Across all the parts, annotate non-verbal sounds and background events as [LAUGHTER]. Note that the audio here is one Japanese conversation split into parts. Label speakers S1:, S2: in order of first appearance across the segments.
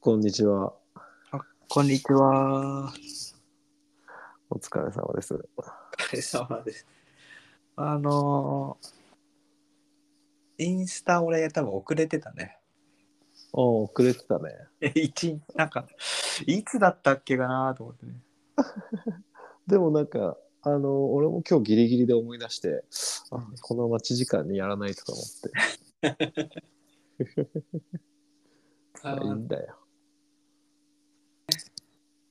S1: こんにちは。
S2: こんにちは。
S1: お疲れ様です。
S2: お疲れ様です。あのー、インスタ俺多分遅れてたね。
S1: おー遅れてたね。
S2: え一日、なんか、いつだったっけかなと思ってね。
S1: でもなんか、あの、俺も今日ギリギリで思い出して、あ
S2: うん
S1: この待ち時間にやらないとか思って、
S2: あ
S1: まあいい
S2: ー
S1: んだよ。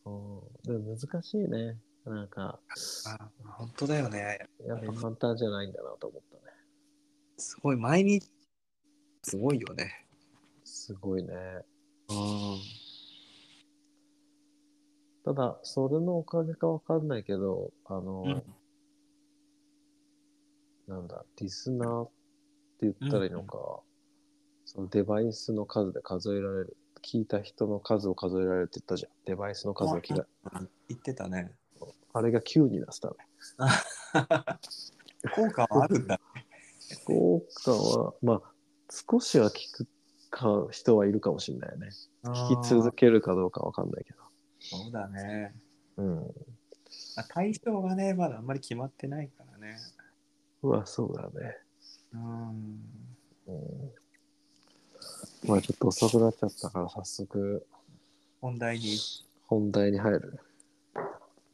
S1: うんでも難しいね。なんか、
S2: あー本当だよね。
S1: やっぱ簡単じゃないんだなと思ったね。
S2: すごい、毎日、すごいよね。
S1: すごいね。
S2: うん。
S1: ただ、それのおかげかわかんないけど、あの、
S2: うん
S1: なんだ、リスナーって言ったらいいのか、そのデバイスの数で数えられる、聞いた人の数を数えられるって言ったじゃん。デバイスの数を聞いた。
S2: 言ってたね。
S1: あれが9になってたね。
S2: 効果はあるんだ。
S1: 効果は、まあ、少しは聞くか人はいるかもしれないね。聞き続
S2: け。
S1: けるかどうかわかんないけ
S2: そうだね。
S1: ど。うん。
S2: まあ対象がね、まだあんまり決まってないからね。
S1: うわ、そうだね。
S2: うん。
S1: うん。まあ、ちょっと遅くなっちゃったから、早速、
S2: 本題に
S1: 本題に入る。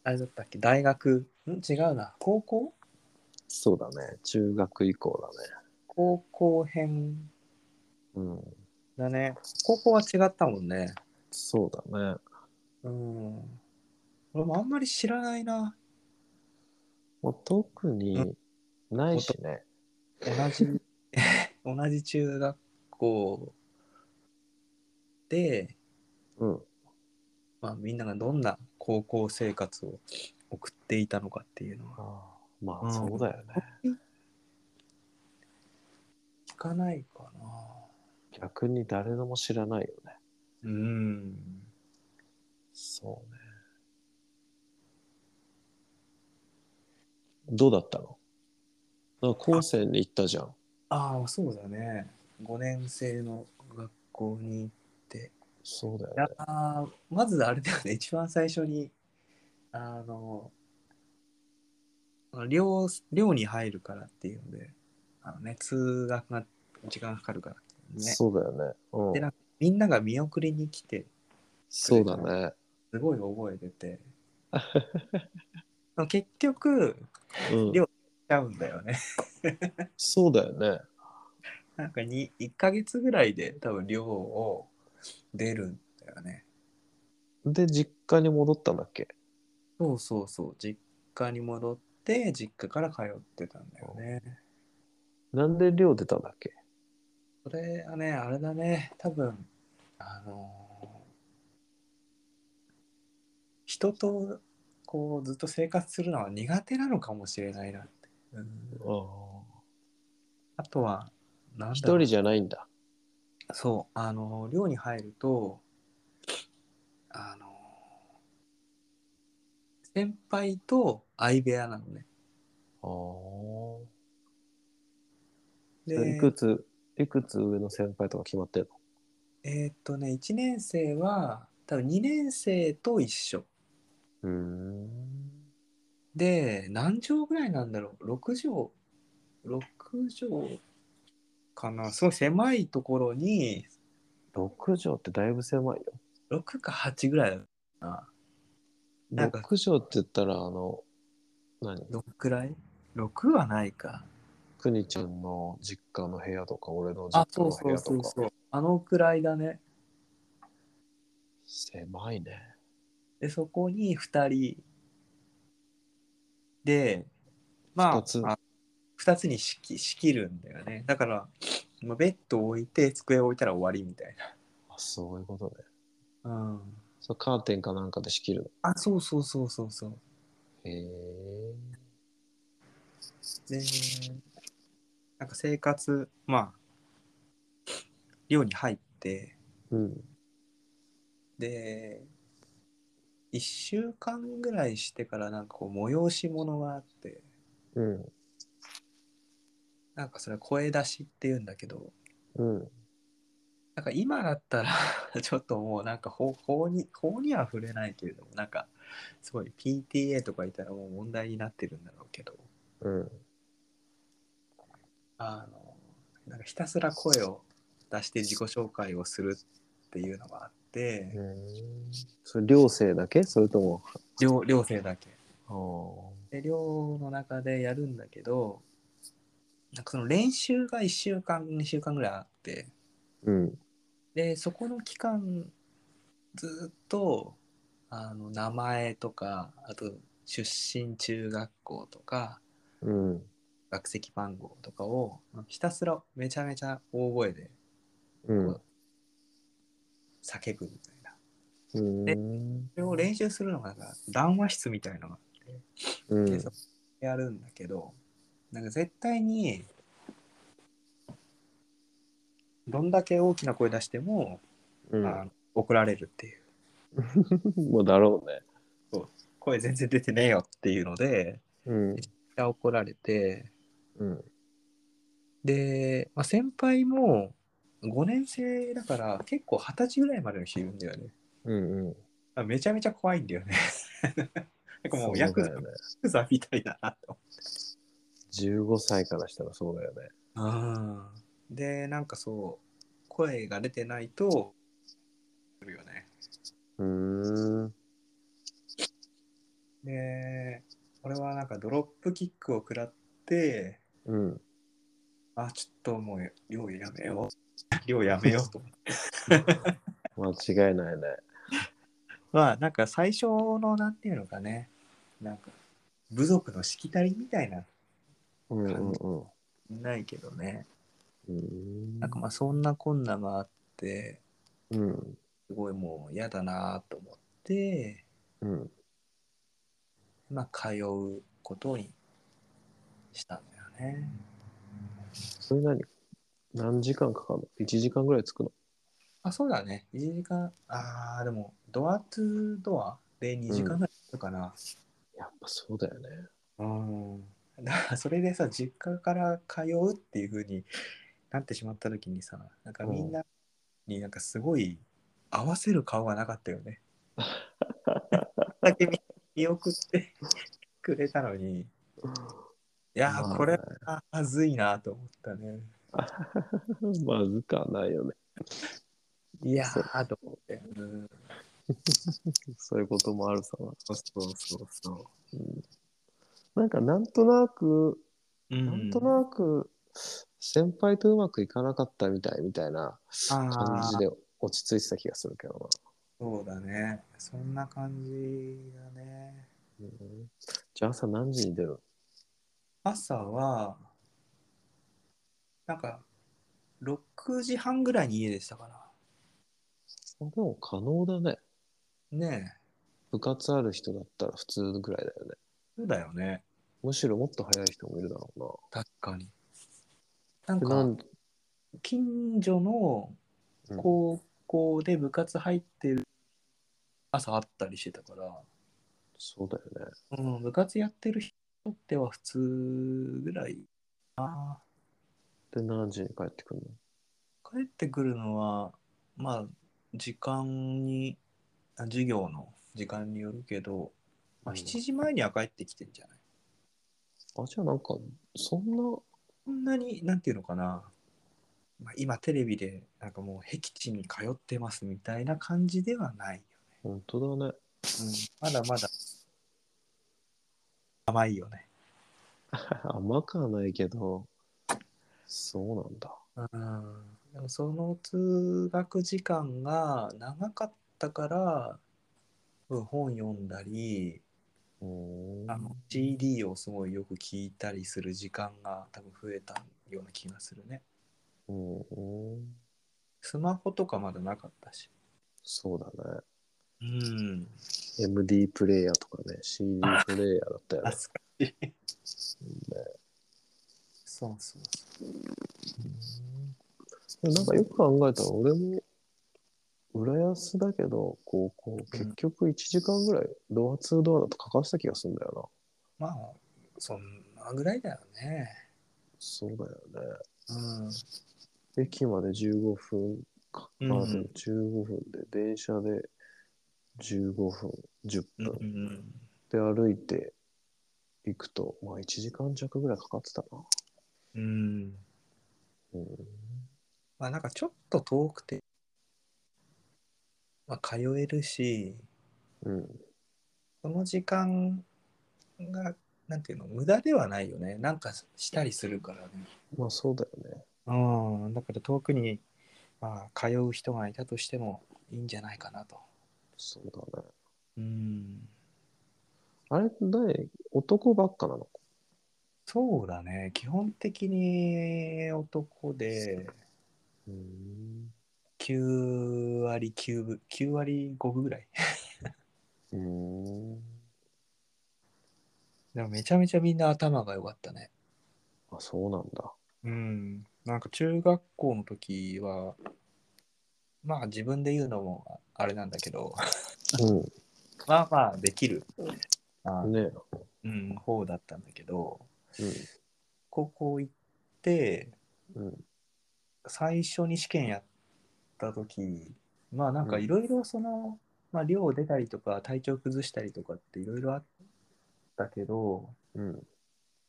S2: あれだったっけ大学ん違うな高校
S1: そうだね。中学以降だね。
S2: 高校編
S1: うん。
S2: だね高校は違ったもんね
S1: そうだね。
S2: うん俺もあんまり知らないな
S1: もう特にないしね。
S2: 同じ [LAUGHS] 同じ中学校で、
S1: うん。
S2: まあ、みんながどんな高校生活を送っていたのかっていうのは
S1: あーま
S2: う
S1: あ、
S2: ん
S1: そうだよね。
S2: 聞かないかな
S1: 逆に誰のも知らないよね。
S2: うん
S1: そうね。どうだったのなんか高専に行ったじゃん。
S2: ああそうだね5年生の学校に行って
S1: そうだよ
S2: いや
S1: ね。
S2: ーまずあれだよね、一番最初に、あの、寮寮に入るからっていうので、あのね、通学が時間かかるからってね、
S1: そうだよね。うん
S2: で。なんかみんなが見送りに来て、
S1: そうだね。
S2: すごい覚えて [LAUGHS] て、でも結局、
S1: うん
S2: 量ちゃうんだよね。
S1: そうだよね。
S2: なんかに1ヶ月ぐらいで多分寮を出るんだよね。
S1: で、実家に戻ったんだっけ
S2: そうそうそう、実家に戻って、実家から通ってたんだよね。
S1: なんで寮出たんだっけ
S2: それはね、あれだね、多分あのー人とこうずっと生活するのは苦手なのかもしれないなって。うん
S1: ああ。
S2: あとは、なん
S1: 一
S2: だろう
S1: 人じゃないんだ。
S2: そう、あのー寮に入ると、あのー先輩と相部屋なのね。
S1: ああ。
S2: で
S1: いくつ、いくつ上の先輩とか決まってる
S2: えーっとね、1年生は、多分2年生と一緒。
S1: のうん。
S2: で、何畳ぐらいなんだろう ?6 畳 ?6 畳かなすごい狭いところに、
S1: 6畳ってだいぶ狭いよ。
S2: 6か8ぐらいだったかなんか
S1: 6畳って言ったら、あの、何
S2: な。どんくらい ?6 はないか。
S1: くにちゃんの実家の部屋とか、俺の実
S2: あ、
S1: 家
S2: そ
S1: の
S2: うそ
S1: 部
S2: う
S1: 屋
S2: そ
S1: と
S2: う
S1: か。
S2: そう。あのくらいだね。
S1: 狭いね。
S2: で、そこに2人で、まあ、
S1: 二つ
S2: あ二つに仕切仕切るんだよね。だから、まあベッド置いて、机置いたら終わりみたい
S1: あ、そういうことね。
S2: な。うん。
S1: そうカーテンかなんかで仕切るの。
S2: あ、そうそうそうそうそう。
S1: へえ。
S2: で、なんか生活、まあ、寮に入って、
S1: うん。
S2: で、1週間ぐらいしてからなんかこう催し物があって、
S1: うん。
S2: なんかそれは声出しっていうんだけど、
S1: うん。
S2: なんか今だったら [LAUGHS] ちょっともうなんか法法に法には触れないけれどもなんかすごい PTA とかいたらもう問題になってるんだろうけど
S1: うん。
S2: あのなんかひたすら声を出して自己紹介をするっていうのがあって
S1: それ寮生だけそれとも
S2: 寮寮生だけ
S1: あー
S2: で寮の中でやるんだけどなんかその練習が1週間2週間ぐらいあって
S1: うん
S2: でそこの期間ずっとあの名前とかあと出身中学校とか
S1: うん
S2: 学籍番号とかをひたすらめちゃめちゃ大声で
S1: うん
S2: 叫ぶみたいな
S1: うん
S2: それを練習するのがなんか談話室みたいなのが
S1: うん
S2: でそこでやるんだけど、なんか絶対にどんだけ大きな声出しても、
S1: うん
S2: あの怒られるっていう
S1: もうだろうね
S2: 声全然出てねえよっていうので
S1: うん
S2: いや怒られて
S1: うん
S2: で、まあ、先輩も5年生だから結構二十歳ぐらいまでの人いるんだよね
S1: うんうん
S2: あめちゃめちゃ怖いんだよね [LAUGHS] なんかもうヤク
S1: そう
S2: ザ,、
S1: だよね
S2: ヤクザみたいだなと
S1: 15歳からしたらそうだよね
S2: あでなんかそう声が出てないとするよね
S1: うーん
S2: で俺はなんかドロップキックを食らって
S1: うん
S2: あちょっともう量やめよ [LAUGHS] う量やめようと思って
S1: 間違いないね
S2: まあなんか最初のなんていうのかねなんか部族のしきたりみたいな
S1: うんうん
S2: ないけどね
S1: うん
S2: なんかまあそんなこんながあって
S1: うん
S2: すごいもう嫌だなと思って
S1: うん
S2: まあ通うことにしたんだよね。
S1: それ何何時間かかるの ?1 時間ぐらいつくの
S2: あ、そうだね。1時間、ああ、でも、ドアトゥドアで2時間ぐらいだったかな。
S1: やっぱそうだよね
S2: うん。 [LAUGHS] だから、それでさ、実家から通うっていうふうになってしまった時にさ、なんかみんなになんかすごい合わせる顔がなかったよね。だけ見見送ってくれたのに、いや
S1: まあ
S2: ー、
S1: ね
S2: これはまずいなと思ったね。
S1: [LAUGHS] まずかないよね
S2: いやー、と思って。うん
S1: そういうこともあるさな
S2: そうそうそ
S1: うんなんかなんとなく、
S2: う。な
S1: なんとなく先輩とうまくいかなかったみたいみたいな感じで落ち着いてた気がするけど
S2: そうだね。そんな感じだね。
S1: な、うんじゃあ朝何時に出る
S2: 朝は、なんか、6時半ぐらいに家でしたか
S1: のでも可能だね
S2: ら。ねえ。
S1: 部活ある人だったら普通ぐらいだよね
S2: そうだよね。
S1: むしろもっと早い人もいるだろう
S2: 確かに。なん
S1: なでなん
S2: か、近所の
S1: うん
S2: 高校で部活入ってる朝あったりしてたから、
S1: そうだよね
S2: うん、部活やってる人にとっては普通ぐらい。ああ。
S1: で何時に帰ってくる
S2: 帰ってくるのはまあ時間にあ授業の時間によるけど、まあ、
S1: うん
S2: 7時前には帰ってきてんじゃない、
S1: のあじゃあなんかそんな
S2: こんなになんていうのかな、まあ、今テレビでなんかもう僻地に通ってますみたいな感じではないよね、
S1: 本当だね
S2: うん、まだまだ甘いよね
S1: [LAUGHS] 甘くはないけどそうなんだ
S2: うんでもその通学時間が長かったからうん本読んだり
S1: うーん
S2: あの CD をすごいよく聞いたりする時間が多分増えたような気がするね。
S1: うんうん
S2: スマホとかまだなかったし。
S1: そうだね
S2: うん。
S1: MD プレイヤーとかね CD プレイヤーだったよね
S2: 懐かしい。
S1: ね
S2: そうそう
S1: でもなんかよく考えたら俺も浦安だけど高校結局1時間ぐらいドア2ドアだとかかした気がするんだよな
S2: まあ、そんなぐらいだよね。
S1: そうだよね
S2: うん。
S1: 駅まで15分か。
S2: うん
S1: あそう15分で、電車で15分、10
S2: うん
S1: 分
S2: うんうん
S1: で歩いて行くと、まあ1時間弱ぐらいかかってたな。
S2: うん
S1: うん、
S2: まあなんかちょっと遠くて、まあ、通えるし
S1: うん、
S2: その時間がなんていうの無駄ではないよねなんかしたりするからね
S1: まあそうだよね。
S2: うんだから遠くに、まあ、通う人がいたとしてもいいんじゃないかなと
S1: そうだね。
S2: うん
S1: あれ、誰、男ばっかなの
S2: そうだね基本的に男で
S1: うん。
S2: 9割9分9割5分ぐらい
S1: うん。
S2: でもめちゃめちゃみんな頭が良かったね
S1: あ、そうなんだ。
S2: うん、なんか中学校の時はまあ自分で言うのもあれなんだけど
S1: [LAUGHS]
S2: まあまあできる、あ
S1: うん。ね
S2: うん、方だったんだけど
S1: え。
S2: 高校行って
S1: うん。
S2: 最初に試験やった時まあなんかいろいろその、まあ、寮出たりとか体調崩したりとかっていろいろあったけど
S1: うん。うん。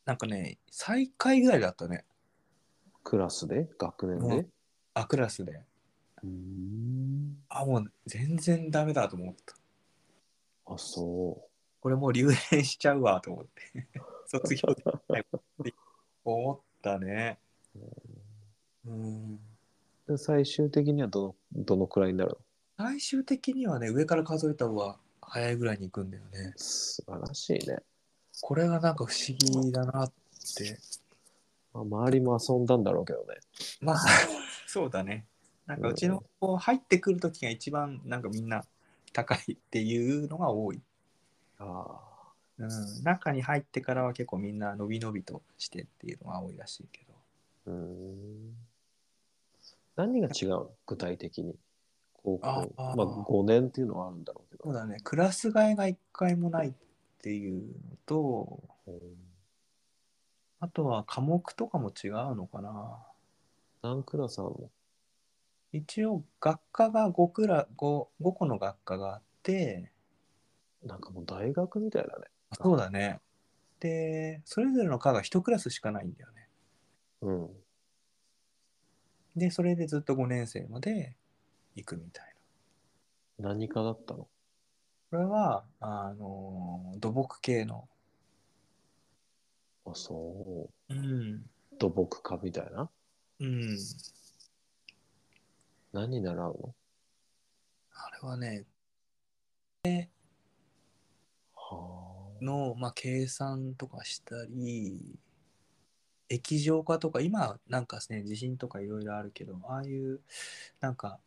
S2: なんかね最下位ぐらいだったね
S1: クラスで学年で
S2: あクラスで
S1: うん。
S2: あもう全然ダメだと思った。
S1: あ、そ
S2: これもう留年しちゃうわと思って [LAUGHS] 卒業できないって思ったねうん
S1: う。で、最終的にはどの、どのくらいになるの
S2: 最終的にはね上から数えた方が早いぐらいに行くんだよね
S1: 素晴らしいね。
S2: これがなんか不思議だなって
S1: まあ、周りも遊んだんだろうけどね。
S2: ま [LAUGHS] あそうだねなんかうちの子入ってくる時が一番なんかみんな高いっていうのが多い、
S1: あ
S2: うん、中に入ってからは結構みんな伸び伸びとしてっていうのが多いらしいけど
S1: あ。うん。何が違うの具体的に。高校。
S2: あー
S1: まあ、5年っていうのはあるんだろうけ
S2: そう
S1: ど。
S2: だね、クラス替えが一回もないっていうのと、
S1: うん
S2: あとは科目とかも違うのかな。
S1: 何クラスあるの
S2: 一応、学科が5クラ、5, 5個の学科があって、
S1: なんかもう大学みたいだね。
S2: そうだね。で、それぞれの科が1クラスしかないんだよね。
S1: うん。
S2: で、それでずっと5年生まで行くみたいな。
S1: 何科だったの
S2: これは、あの、土木系の。
S1: あ、そう。
S2: うん。
S1: 土木科みたいな。
S2: うん。
S1: 何習うの
S2: あれはね、
S1: はあ。
S2: の、まあ、計算とかしたり液状化とか今なんかね地震とかいろいろあるけどああいうなんか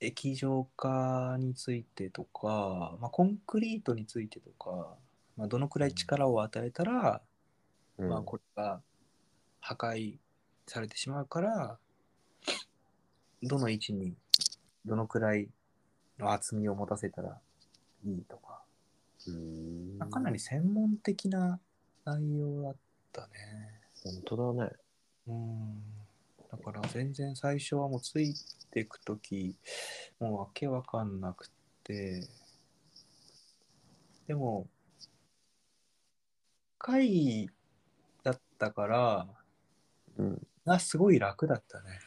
S2: 液状化についてとか、まあ、コンクリートについてとか、まあ、どのくらい力を与えたら、
S1: うん
S2: まあ、これが破壊されてしまうからどの位置にどのくらいの厚みを持たせたらいいとか
S1: うん
S2: かなり専門的な内容だったね。
S1: 本当だね。
S2: うん。だから全然最初はもうついていくとき、もうわけわかんなくて、でも、会だったから、
S1: うん。
S2: あ、すごい楽だったね。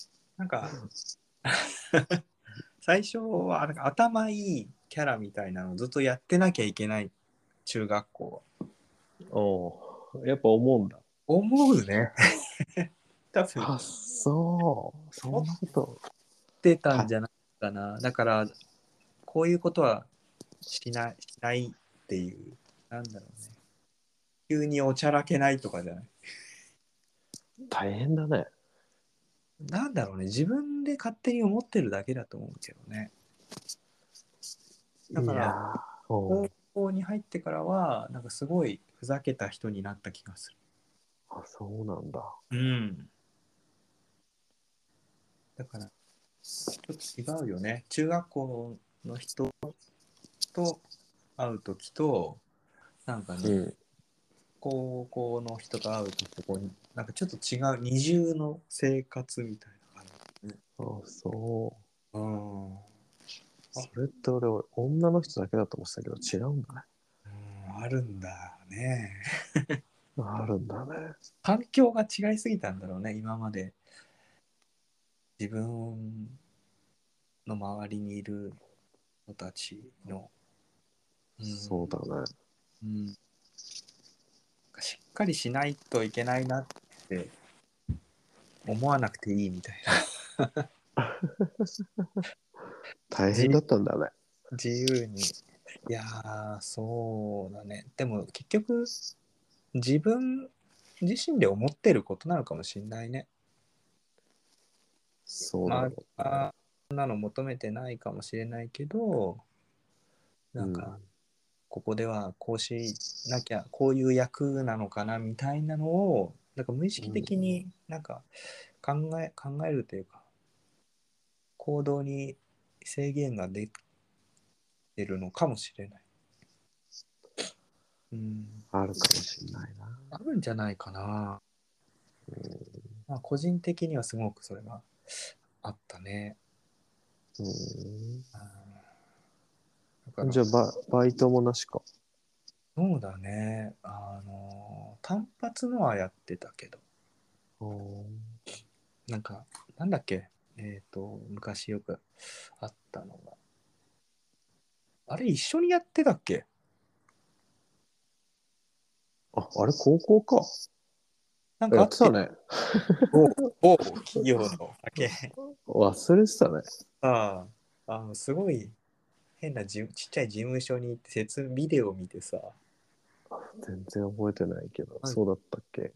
S2: [LAUGHS] なんか、 [LAUGHS] 最初はなんか頭いいキャラみたいなのをずっとやってなきゃいけない中学校は。
S1: おうやっぱ思うんだ。
S2: 思うね。 [LAUGHS] 多分言
S1: あ、
S2: っ
S1: そう。そんなこと。
S2: てたんじゃないかな。だから、こういうことはしないしないっていう、なんだろうね。急におちゃらけないとかじゃない。
S1: 大変だね。
S2: なんだろうね。自分で勝手に思ってるだけだと思うけどね。だから
S1: いやーおう
S2: 高校に入ってからはなんかすごいふざけた人になった気がす
S1: あ、そうなんだ。
S2: るうんだからちょっと違うよね中学校の人と会う時となんかね、
S1: うん。
S2: 高校の人と会うときこうなんかちょっと違う二重の生活みたいな
S1: あそう。
S2: 感
S1: それって俺、俺女の人だけだと思ってたけど、違うんだね。
S2: じ、うん、あるんだね
S1: あるんだね。
S2: 環境が違いすぎたんだろうね今まで自分の周りにいる人たちの、ん
S1: そうだね。
S2: うん、なんかしっかりしないといけないなって思わなくていいみたいな
S1: 大変だったんだね。
S2: 自由にいやーそうだねでも結局自分自身で思ってることなのかもしんないね
S1: そうだね。
S2: あそんなの求めてないかもしれないけどなんか、
S1: うん
S2: ここではこうしなきゃこういう役なのかなみたいなのをなんか無意識的になんか考え,、考えるというか行動に制限が出てるのかもしれない。うん、
S1: あるかもしれないな。
S2: あるんじゃないかな。まあ、個人的にはすごくそれがあったね。
S1: う
S2: うんだから
S1: ん。じゃあバ、バイトもなしか。
S2: そうだね。あの、単発のはやってたけど、なんか、なんだっけ、えっ、と、昔よくあったのが。あれ、一緒にやってたっけ
S1: あ、あれ、高校か。
S2: なんか
S1: や
S2: あ
S1: っ
S2: ってた
S1: た
S2: ね。
S1: ね。
S2: 某企業の。あけ
S1: 忘れてたね。
S2: さあ、あの、すごい変なじちっちゃい事務所に行って、説ビデオ見てさ、
S1: 全然覚えてないけど、
S2: はい
S1: そうだったっけ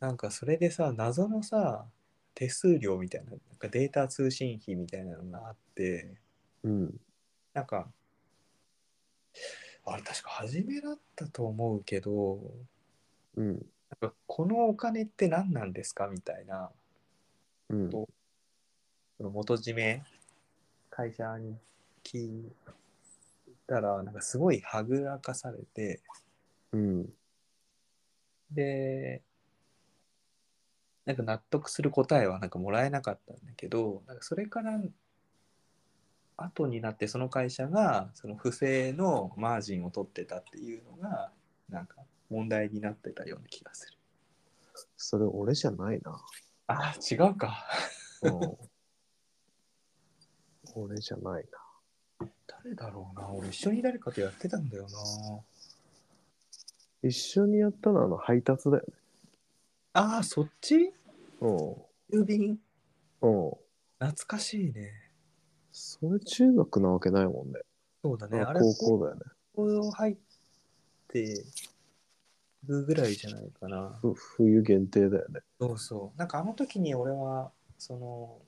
S2: なんかそれでさ、謎のさ、手数料みたいな、なんかデータ通信費みたいなのがあって、
S1: うん。
S2: なんか、あれ確か初めだったと思うけど、
S1: うん。
S2: なんかこのお金って何なんですかみたいな、
S1: うん。
S2: その元締め、会社に聞いたら、なんかすごいはぐらかされて、
S1: うん。
S2: で、なんか納得する答えはなんかもらえなかったんだけど、なんかそれから後になってその会社がその不正のマージンを取ってたっていうのがなんか問題になってたような気がする。
S1: それ、俺じゃないな。
S2: あー違うか。 [LAUGHS]
S1: うん俺じゃないな。
S2: 誰だろうな。俺一緒に誰かとやってたんだよ
S1: 一緒にやったのはあの配達だよね。
S2: な。ああ、そっち
S1: う
S2: 郵便
S1: ん。うん。
S2: 懐かしいね。
S1: それ中学なわけないもんね。
S2: そうだね。あれ
S1: 高校だよね。
S2: 高校入ってるぐらいじゃないかな。
S1: ふ冬限定だよね。
S2: そうそう。なんかあの時に俺は、その、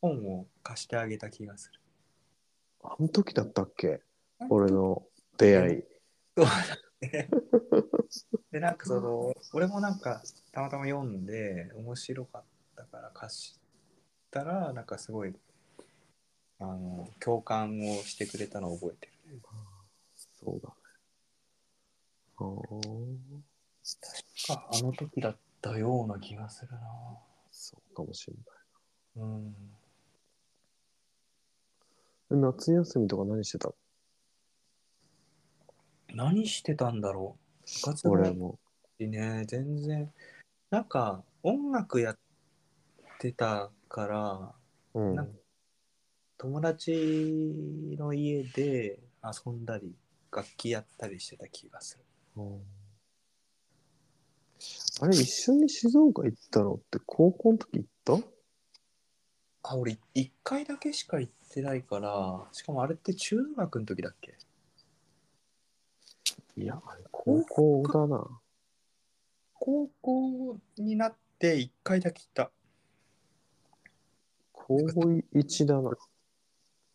S2: 本を貸してあげた気がする。
S1: あの時だったっけ俺の出会い。
S2: そうだね。で、なんかその、俺もなんか、たまたま読んで、面白かったから貸したら、なんかすごい、あの、共感をしてくれたのを覚えてる。
S1: そうだね。ああ、
S2: ああの時だったような気がするな。
S1: そうかもしれ
S2: うん。
S1: ない。え夏休みとか何してたの
S2: 何してたんだろう。部活動
S1: 俺も。
S2: ね全然なんか音楽やってたから
S1: うん。
S2: なんか友達の家で遊んだり楽器やったりしてた気がする
S1: うんあれ、一緒に静岡行ったのって高校の時行った
S2: あ俺1回だけしか行ってないからしかもあれって中学の時だっけ
S1: いや、あれ高校だな。
S2: 高校になって1回だけ行った
S1: 高校一だな。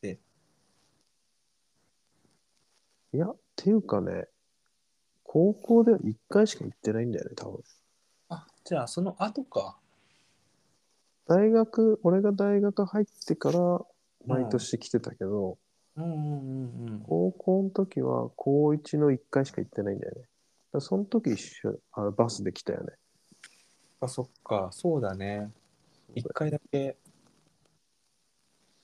S2: え
S1: いや、っていうかね、高校では1回しか行ってないんだよね、多分。
S2: あじゃあその後か
S1: 大学、俺が大学入ってから毎年来てたけど、
S2: うんうんうんうん。
S1: 高校の時は高1の1回しか行ってないんだよね。だからその時一緒あのバスで来たよね。
S2: あ、そっか、そうだね。一回だけ。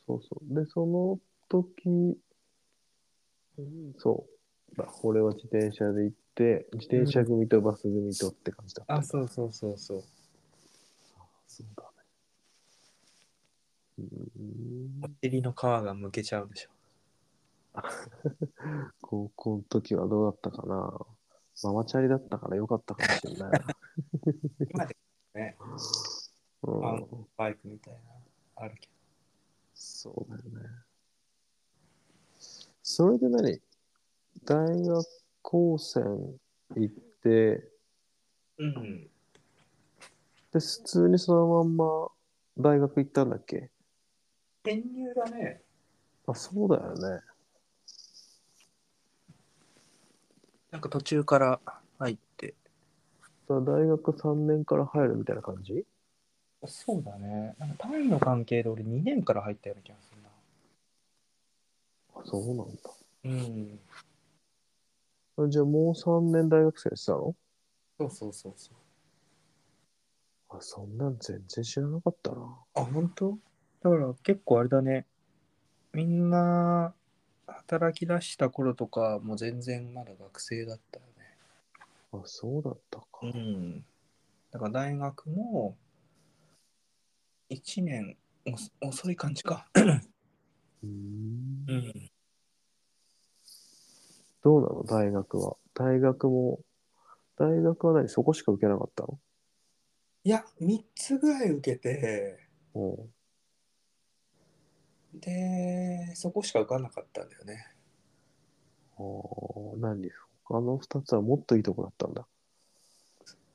S1: そうそう。で、その時、そうだ。俺は自転車で行って、自転車組とバス組とって感じだった。
S2: あ、そうそうそうそう。
S1: そうだね。うん
S2: お尻の皮がむけちゃうでしょ。
S1: 高校の時はどうだったかなママチャリだったからよかったかもしれないな。
S2: 今でね、
S1: う
S2: あ
S1: ん、
S2: のバイクみたいな、あるけ
S1: そうだよね。それで何大学高専行って、
S2: ど。うん。
S1: で、普通にそのまんま大学行ったんだっけ
S2: 転入だね。
S1: あ、そうだよね。
S2: なんか途中から入って。
S1: だから大学3年から入るみたいな感じ
S2: そうだね。なんか単位の関係で俺2年から入ったような気がす
S1: あ、そうなんだ。
S2: るな。うん。
S1: あじゃあもう3年大学生やってたの
S2: そうそうそうそ
S1: あ、
S2: う。
S1: そんなん全然知らなかったな。
S2: あ、本当だから結構あれだね。みんな働き出した頃とかもう全然まだ学生だったよ
S1: あ、そうだったか。
S2: ね。うん。だから大学も1年おそ遅い感じか。
S1: うん
S2: うん。
S1: どうなの大学は。大学も、大学は何そこしか受けなかったの
S2: いや、3つぐらい受けて、
S1: うん。
S2: で、そこしか受かんなかったんだよね。
S1: あー何他の2つはもっといいとこだったんだ。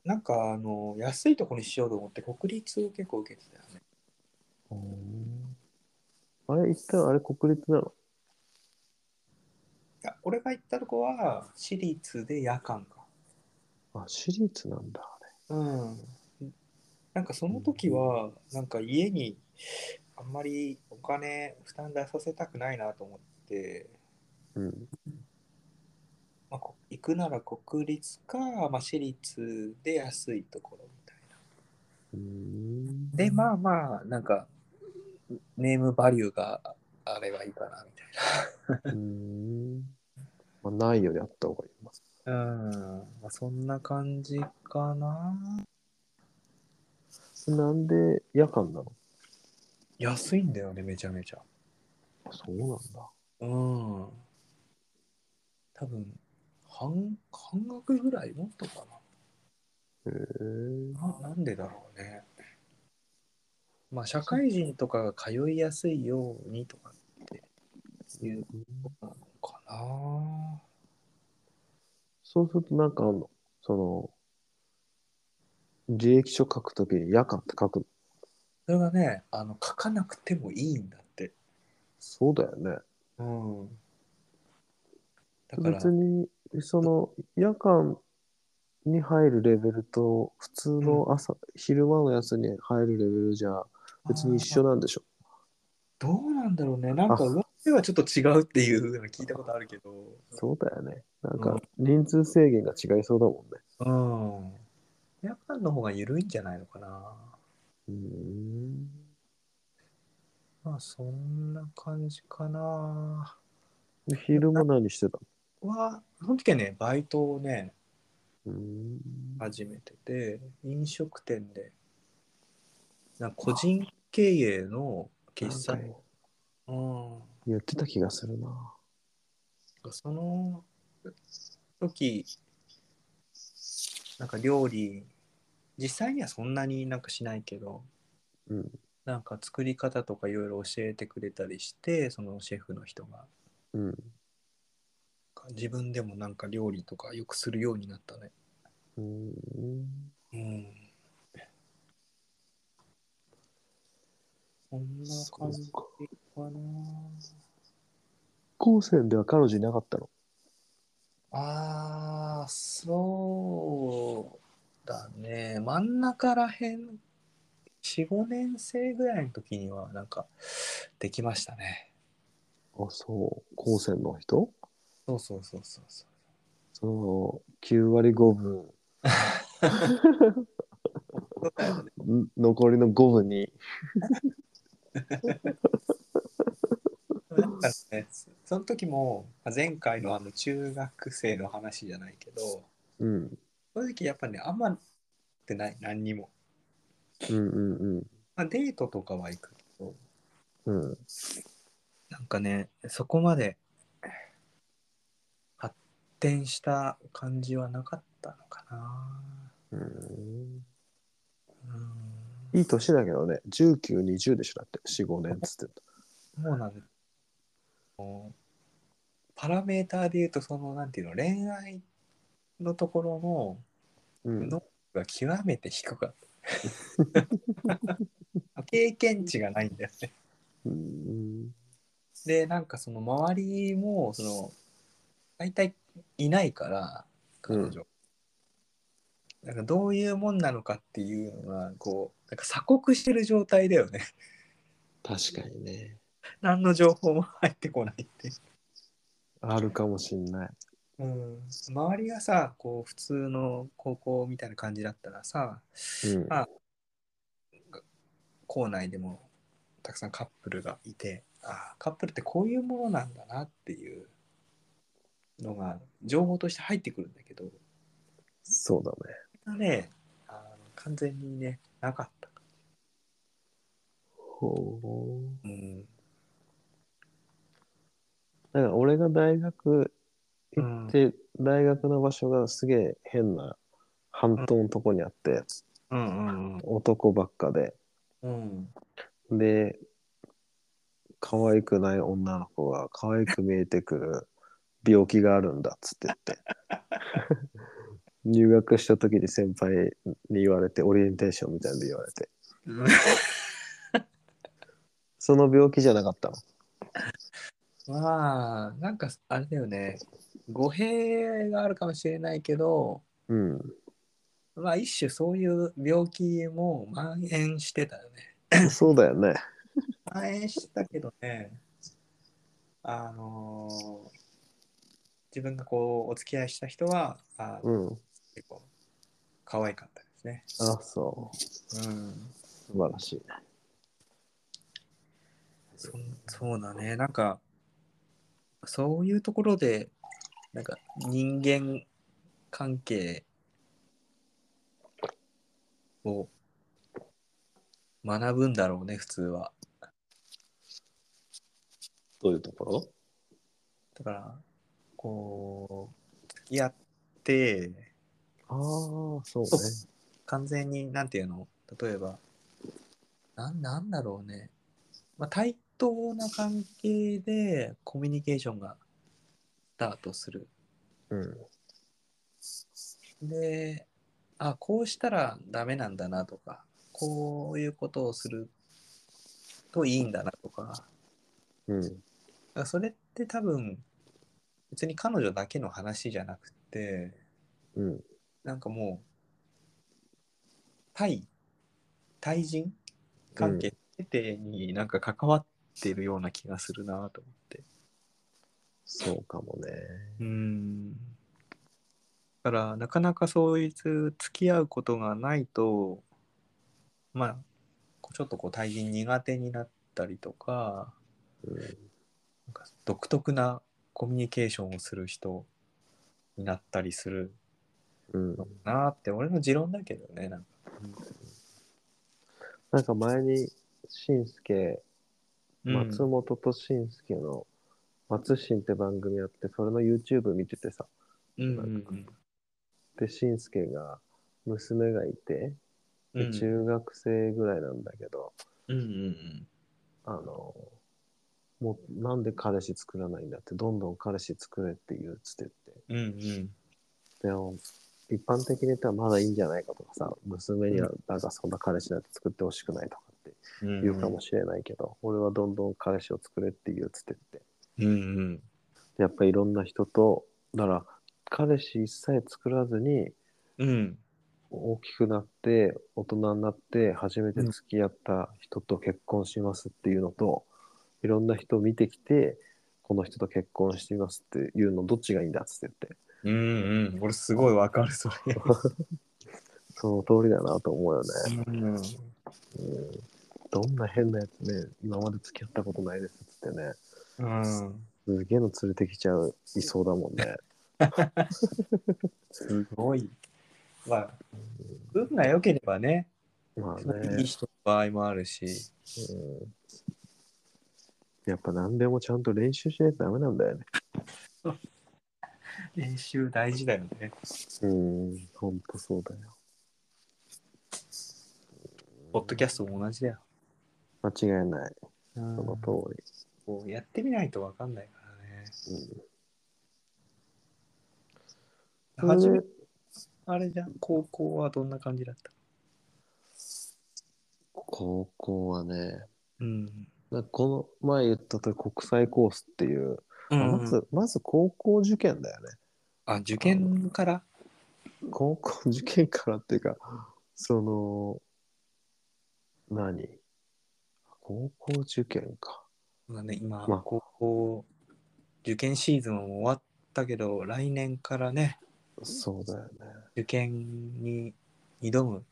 S2: なんかあの安いとこにしようと思って国立を結構受けてたよね。
S1: あれ、一体あれ国立なの
S2: いや俺が行ったとこは私立で夜間か。
S1: あ、私立なんだ、あれ。
S2: うん。なんかその時はなんか家にあんまりお金負担出させたくないなと思って、
S1: うん。
S2: まあ、こ行くなら国立か、まあ、私立で安いところみたいな。
S1: うん
S2: でまあまあなんかネームバリューがあればいいかなみたいな。
S1: うん。まあ、ないよりあった方がいいな。
S2: うん、まあ、そんな感じかな。
S1: なんで夜間なの
S2: 安いんだよね、めちゃめちゃ。
S1: あそうなんだ。
S2: うん。多分半半額ぐらいもっとか
S1: へえ。
S2: なな。なんでだろうね。まあ、社会人とかが通いやすいようにとかっていうことなのかな。
S1: そうするとなんかあんのその、履歴書書くときに夜間って書くの
S2: それがね、あの書かなくてもいいんだって。
S1: そうだよね。
S2: うん。だから
S1: 別、に、その、夜間に入るレベルと、普通の朝、昼間のやつに入るレベルじゃ、別に一緒なんでしょ。
S2: どうなんだろうね。なんか上手はちょっと違うっていうの聞いたことあるけど。
S1: そうだよね。なん
S2: う
S1: か
S2: ん、
S1: 人数制限が違いそうだもんね。
S2: うん。夜間の方が緩いんじゃないのかな。
S1: うん。
S2: まあそんな感じかな。
S1: で昼間何してた
S2: は、その時はね、バイトをね、
S1: のうん。
S2: 始めてて、飲食店で、なんか個人経営の喫茶
S1: なんか
S2: 店。うん。
S1: 言ってた気がするな。
S2: その時なんか料理実際にはそんなになんかしないけど、
S1: うん
S2: なんか作り方とかいろいろ教えてくれたりしてそのシェフの人が
S1: うん。
S2: 自分でもなんか料理とかよくするようになったね。
S1: うん。
S2: うんこんな感じかな。
S1: 高専では彼女いなかったの
S2: ああ、そうだね。真ん中らへん、4、5年生ぐらいの時には、なんか、できましたね。
S1: ああ、そう。高専の人
S2: そうそうそうそうそう
S1: その9割5分、 [LAUGHS]
S2: そうだよね
S1: ん残りの5分に、
S2: なんかねその時もまあ前回のあの中学生の話じゃないけど
S1: うん、
S2: 正直やっぱねあんまってない何にも、
S1: うんうん
S2: まあ、デートとかは行くけど
S1: うん。うん。
S2: なんかねそこまで発展した感じはなかったのかな
S1: うん
S2: うん
S1: いい年だけどね、19、20でしょ、だって、4、5年っつってた。
S2: そうなんですもうパラメーターで言うとそのなんていうの恋愛のところの
S1: うん。
S2: 能力が極めて低かった。 [LAUGHS] 経験値がないんだよね。
S1: うん
S2: で、なんかその周りも、その、大体いないから、彼女。なんかどういうもんなのかっていうのが、こう、なんか鎖国してる状態だよね。 [LAUGHS]
S1: 確かにね。
S2: 何の情報も入ってこないっていう。
S1: あるかもしんない。
S2: うん、周りがさこう普通の高校みたいな感じだったらさ
S1: うん。
S2: あ校内でもたくさんカップルがいてあーカップルってこういうものなんだなっていうのが情報として入ってくるんだけど
S1: そ
S2: そ
S1: うだね。
S2: れがねあの完全にねなかった、
S1: ほう。
S2: うん
S1: だから俺が大学
S2: う
S1: 行
S2: ん
S1: って、大学の場所がすげえ変な半島のとこにあって、
S2: うん
S1: 男ばっかで、
S2: うん
S1: で、可愛くない女の子が可愛く見えてくる病気があるんだっつって言って。入学した時に先輩に言われて、オリエンテーションみたいなので言われて、
S2: うん
S1: その病気じゃなかったの。
S2: まあなんかあれだよね語弊があるかもしれないけど
S1: うん。 [LAUGHS]
S2: まあ一種そういう病気も蔓延してたよね
S1: そうだよね。
S2: 蔓延してたけどねあのー自分がこうお付き合いした人はあー
S1: うん。
S2: 結構可愛かったですね
S1: あ、そう。
S2: うん
S1: 素晴らしい。
S2: そそうだねなんかそういうところでなんか人間関係を学ぶんだろうね普通は
S1: どういうところ
S2: だからこう付き合って
S1: ああ、そうね。
S2: 完全になんていうの例えばなんなんだろうね、まあ、対等な関係でコミュニケーションがスタートする
S1: うん。
S2: であこうしたらダメなんだなとかこういうことをするといいんだなとかだか
S1: うん。
S2: らそれって多分別に彼女だけの話じゃなくて
S1: うん。
S2: なんかもう、対、対人関係てになんか関わってるような気がするなと思って。
S1: そうかもね。
S2: うん。だから、なかなかそういう付き合うことがないと、まあ、こうちょっとこう対人苦手になったりとか、
S1: うん。
S2: なんか独特なコミュニケーションをする人になったりする
S1: うん
S2: のかなって、俺の持論だけどね、なんか。
S1: なんか前に、しんすけ、
S2: うん
S1: 松本としんすけの、松しんって番組あって、それの YouTube 見ててさ、
S2: うんうんうん
S1: で、しんすけが、娘がいて、
S2: う
S1: で
S2: ん
S1: 中学生ぐらいなんだけど、
S2: うんうん
S1: あの、もうなんで彼氏作らないんだって、どんどん彼氏作れって言うっつって言って、
S2: うんうん
S1: でも、一般的に言ったらまだいいんじゃないかとかさ、娘には、なんかそんな彼氏なんて作ってほしくないとかって
S2: うん
S1: 言うかもしれないけど、俺はどんどん彼氏を作れって言うっつってって。
S2: うんうん
S1: でやっぱいろんな人と、だから、彼氏一切作らずに、
S2: うん
S1: 大きくなって、大人になって、初めて付き合った人と結婚しますっていうのと、いろんな人を見てきて、この人と結婚していますっていうのどっちがいいんだっつって言って
S2: うんうん。俺すごいわかる、それ。
S1: その通りだなと思うよね、
S2: うん。
S1: うん、どんな変なやつね今まで付き合ったことないですっつってね
S2: うん。
S1: すげえの連れてきちゃういそうだもん [LAUGHS] ね
S2: すごい。まあ、運が良ければね、
S1: まあ
S2: いい
S1: ね、
S2: 人の場合もあるし、
S1: うん、やっぱ何でもちゃんと練習しないとダメなんだよね
S2: 練習大事だよね。
S1: うんほんとそうだよ
S2: ポッドキャストも同じだよ。
S1: 間違いない
S2: うん
S1: その通り、
S2: もうやってみないとわかんないからね。
S1: うん
S2: 初
S1: そ
S2: め
S1: れで
S2: あれじゃん、高校はどんな感じだった
S1: 高校はね
S2: うん。
S1: なんかこの前言ったとおり国際コースっていう、ま
S2: まず
S1: ずまず高校受験だよね
S2: あ、受験から
S1: 高校受験からっていうかその何高校受験か
S2: そうだね、今、
S1: まあ
S2: 高校、受験シーズンも終わったけど、来年からね、
S1: そうだよね
S2: 受験に挑む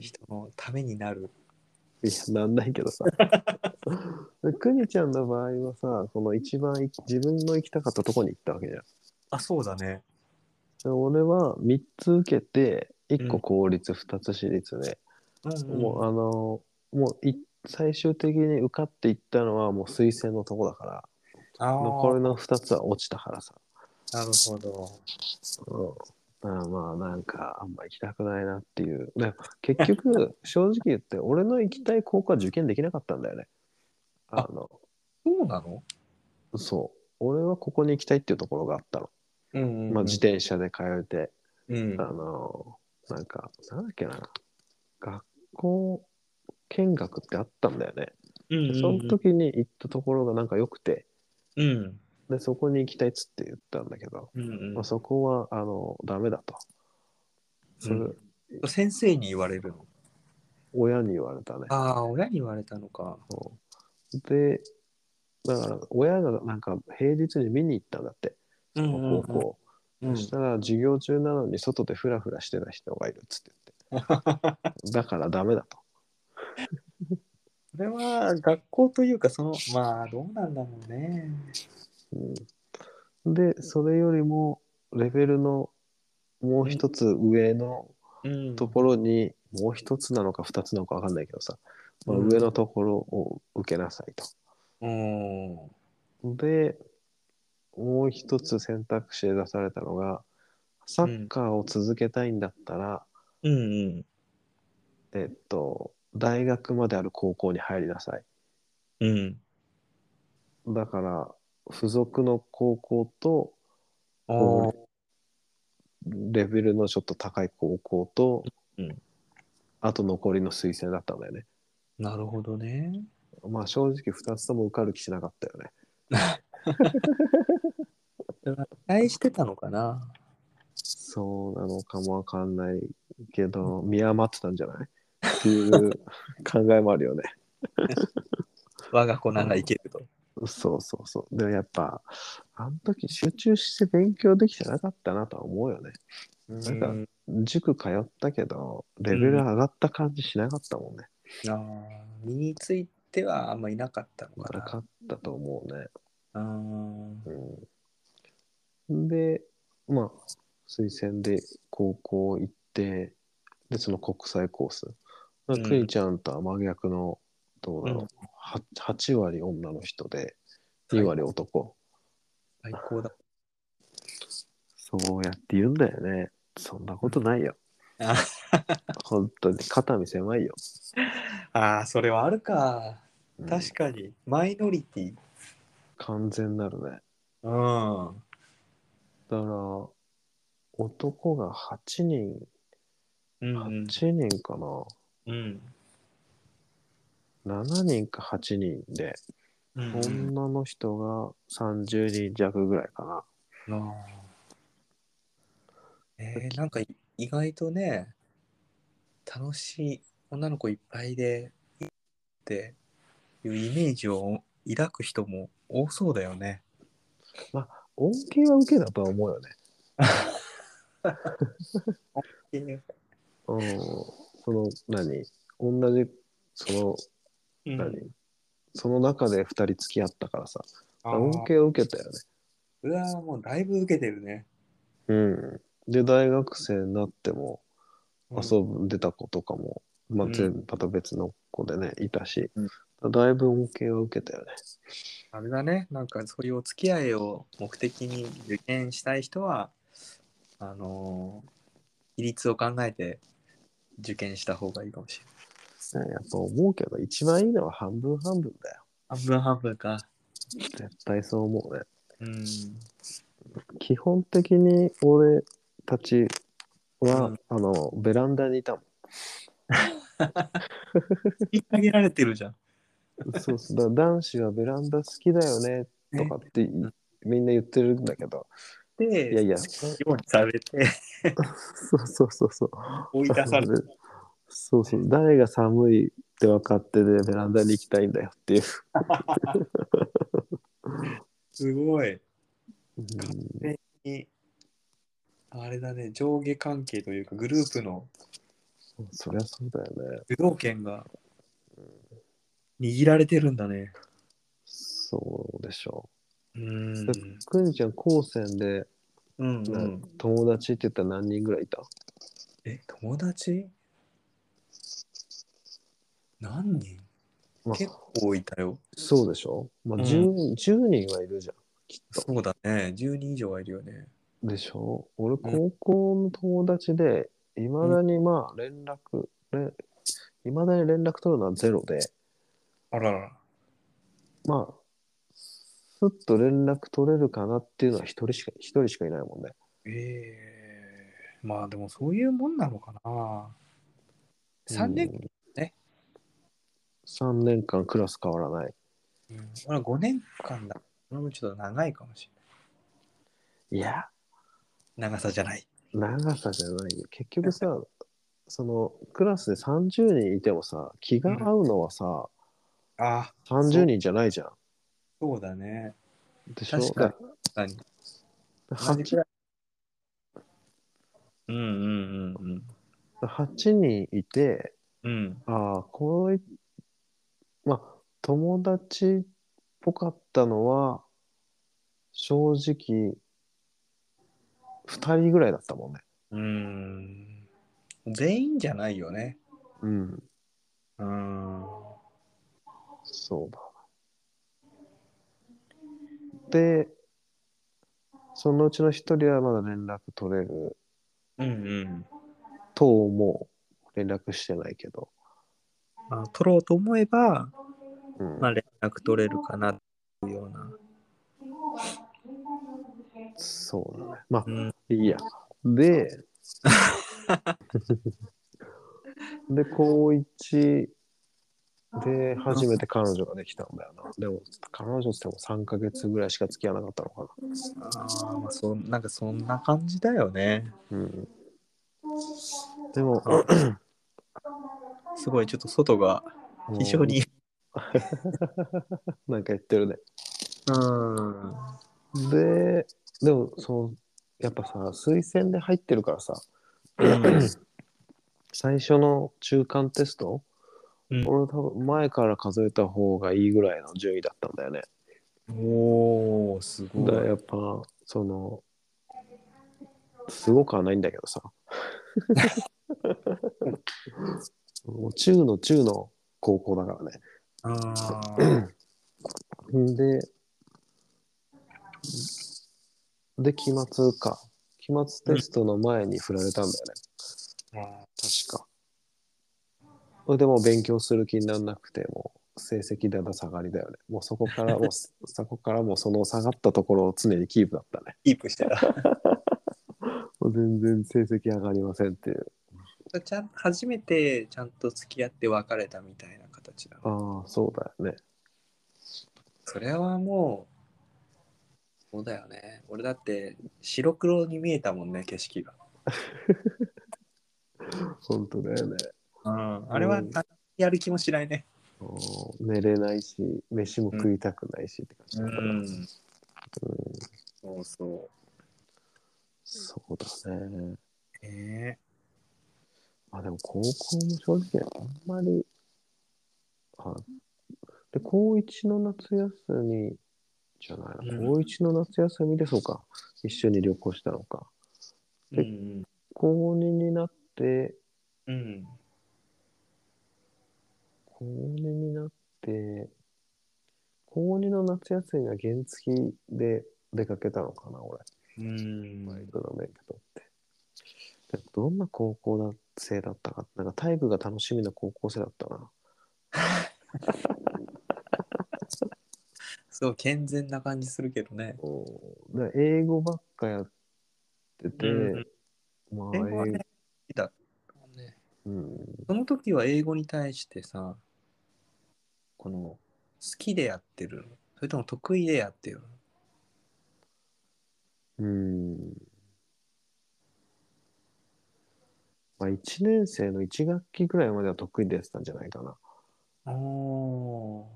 S2: 人のためになる。
S1: いやなんないけどさ [LAUGHS] でくにちゃんの場合はさこの一番行き自分の行きたかったとこに行ったわけじゃん
S2: あ、そうだね。
S1: で俺は3つ受けて1
S2: う
S1: 個
S2: ん
S1: 公立2つ私立で、
S2: うん、うん。
S1: もうあのもうい最終的に受かっていったのはもう推薦のとこだから
S2: あー
S1: 残りの2つは落ちたからさ、
S2: なるほど。
S1: うん、だからまあなんかあんま行きたくないなっていうで結局 [LAUGHS] 正直言って俺の行きたい高校は受験できなかったんだよねあの
S2: そうなの
S1: そう俺はここに行きたいっていうところがあったの、
S2: うんうんうん
S1: まあ、自転車で通えて、
S2: うん
S1: あ。のなんかなんだっけな学校見学ってあったんだよね
S2: うんうんうん
S1: その時に行ったところがなんか良くて、
S2: うん。
S1: で、そこに行きたいっつって言ったんだけど、
S2: うんうん
S1: まあ、そこは、あの、ダメだと。それ、
S2: うん先生に言われるの。
S1: 親に言われたね。
S2: ああ、親に言われたのか。
S1: うんで、だから、親がなんか平日に見に行ったんだって、その高校。
S2: うん
S1: そしたら、授業中なのに外でフラフラしてた人がいるっつって言って、だからダメだと。
S2: [LAUGHS] それは学校というか、その、まあ、どうなんだろうね。
S1: うん、で、それよりも、レベルのもう一つ上の
S2: うん
S1: ところにもう一つなのか二つなのか分かんないけどさ、まあ、
S2: うん
S1: 上のところを受けなさいと。
S2: うん。
S1: でもう一つ選択肢で出されたのがサッカーを続けたいんだったら、
S2: うんうん。
S1: えっと大学まである高校に入りなさい。
S2: うん。
S1: だから付属の高校と
S2: あ
S1: こうレベルのちょっと高い高校と、
S2: うん
S1: あと残りの推薦だったんだよね。
S2: なるほどね。
S1: まあ正直2つとも受かる気しなかったよね。
S2: 期待してたのかな。
S1: そうなのかもわかんないけど、見余ってたんじゃないっていう考えもあるよね。
S2: 我が子ならいけると。
S1: そうそうそう。でもやっぱ、あの時集中して勉強できてなかったなとは思うよね。なんか
S2: うん
S1: 塾通ったけど、レベル上がった感じしなかったもんね。
S2: ああ身についてはあんまいなかったのか
S1: な
S2: な。
S1: かったと思うね。
S2: あー
S1: うん、で、まあ、推薦で高校行って、で、その国際コース。まあ
S2: うん
S1: クニちゃんとは真逆の、どうだろう、
S2: うん
S1: は8割女の人で、2割男。
S2: 最高だ。
S1: そうやって言うんだよね。そんなことないよ
S2: あ。
S1: 本当に肩身狭いよ。
S2: ああ、それはあるか。
S1: うん
S2: 確かに。マイノリティ。
S1: 完全なるね。
S2: うん。
S1: だから、男が8人、
S2: うん。
S1: 8人かな。
S2: うん。
S1: 7人か8人で、
S2: うん。
S1: 女の人が30人弱ぐらいかな。
S2: あーえー、なんかい意外とね、楽しい女の子いっぱいで、いいっていうイメージを抱く人も多そうだよね。
S1: 恩恵は受けたとは思うよね。うん、その何同じその
S2: うん
S1: 何、その中で2人付き合ったからさ
S2: あー
S1: 恩恵を受けたよね。
S2: うわーもうだいぶ受けてるね。
S1: うん、で大学生になっても
S2: うん
S1: 遊んでた子とかも、まあ、
S2: うん
S1: 全部また別の子でねいたし、
S2: うん
S1: だいぶ恩恵は受けたよね。
S2: あれだね、なんかそういうお付き合いを目的に受験したい人は、あのー比率を考えて受験した方がいいかもしれない。
S1: ねやっぱ思うけど一番いいのは半分半分だよ。
S2: 半分半分か。
S1: 絶対そう思うね。
S2: うん。
S1: 基本的に俺たちは、
S2: うん
S1: あのベランダにいたもん。
S2: 引き上げられてるじゃん。
S1: そうそうだから男子はベランダ好きだよねとかっていみんな言ってるんだけど
S2: で、
S1: いやいや
S2: 用にされて、
S1: そうそうそうそう
S2: [LAUGHS] 追い出されて。
S1: そうそう誰が寒いって分かってでベランダに行きたいんだよっていう、
S2: すごい。
S1: うん
S2: 完全にあれだね、上下関係というか、グループの
S1: そりゃそうだよね
S2: 主導権が握られてるんだね。
S1: そうでしょ
S2: う
S1: う、
S2: ん
S1: でくんちゃん高専で、
S2: うんう。
S1: なん友達って言ったら何人ぐらいいた
S2: え、友達何人
S1: まあ
S2: 結構いたよ。
S1: そうでしょ、まあ
S2: うん
S1: 10, 10人はいるじゃんきっと
S2: そうだね。10人以上はいるよね。
S1: でしょ俺高校の友達でいまだにまあ連絡いまだに連絡取るのはゼロで
S2: あらら。
S1: まあすっと連絡取れるかなっていうのは一人しか一人しかいないもんね
S2: ええまあでもそういうもんなのかな。3年、ね
S1: 3年間クラス変わらない
S2: うん、俺は5年間だ。俺もちょっと長いかもしれ
S1: いや
S2: ない。長さじゃない。
S1: 長さじゃないよ結局さそのクラスで30人いてもさ気が合うのはさ、
S2: ああ、
S1: 30人じゃないじゃん
S2: そうだね。
S1: でしょ
S2: 確かに。
S1: だから8
S2: うんうんうん
S1: 8人いて
S2: うん。うん。
S1: ああ、こい、まあ、友達っぽかったのは、正直、2人ぐらいだったもんね。
S2: うん。全員じゃないよね。
S1: うん。
S2: うん。
S1: そうだ。で、そのうちの1人はまだ連絡取れる
S2: うんうん。
S1: と思う。連絡してないけど。
S2: まあ、取ろうと思えば、
S1: うん。
S2: まあ、連絡取れるかなっていうような。
S1: そうだね。まあ
S2: う、ん。
S1: いいや。で、 [LAUGHS] で、高1で初めて彼女ができたんだよな。でも、彼女って言っても3ヶ月ぐらいしか付き合わなかったのか
S2: ああ、まあ、そんなんかそんな感じだよね。
S1: な。うん。でも、
S2: すごい、ちょっと外が [LAUGHS] 非常
S1: う
S2: に。
S1: ん。なんか言ってるね。
S2: うん。
S1: で、でも、その、やっぱさ、推薦で入ってるからさ、最初の中間テスト、
S2: うん
S1: 俺多分前から数えた方がいいぐらいの順位だったんだよね。
S2: おお、すご
S1: だから
S2: い。
S1: やっぱそのすごくはないんだけど
S2: [LAUGHS]
S1: さもう中の中の高校だからね
S2: ああ。
S1: でで期末か期末テストの前に振られたんだよね確かそれでもう勉強する気にならなくてもう成績だだ下がりだよねもうそこからもうそこからもうその下がったところを常にキープだったね
S2: キープしてた。
S1: もう全然成績上がりませんっていう。
S2: ちゃん初めてちゃんと付き合って別れたみたいな形だな。
S1: ああ、そうだよね。
S2: それはもう、そうだよね。俺だって白黒に見えたもんね、景色が。
S1: 本当だよね。
S2: うん、あれは
S1: うん
S2: あやる気もしないね。
S1: おー寝れないし、飯も食いたくないしって感じだから。うん、
S2: そうそう。
S1: そうだね。
S2: え
S1: まあでも高校も正直あんまり、あ、で、高1の夏休みじゃないな、
S2: うん
S1: 高1の夏休みでそうか、一緒に旅行したのか。
S2: えうん
S1: 高2になって、
S2: うん。うん。
S1: 高2になって、高2の夏休みは原付で出かけたのかな、俺。
S2: うん。
S1: バイクの免許取って。でどんな高校生だったか、なんか体育が楽しみな高校生だったな。
S2: すごい健全な感じするけどね。
S1: うんだから英語ばっかやってて、
S2: うん
S1: まあ、
S2: 英語はね
S1: 英、
S2: いた。ね
S1: うん、
S2: その時は英語に対してさ、この、好きでやってるのそれとも得意でやってるの
S1: うん。まあ、1年生の1学期ぐらいまでは得意でやってたんじゃないかな。
S2: お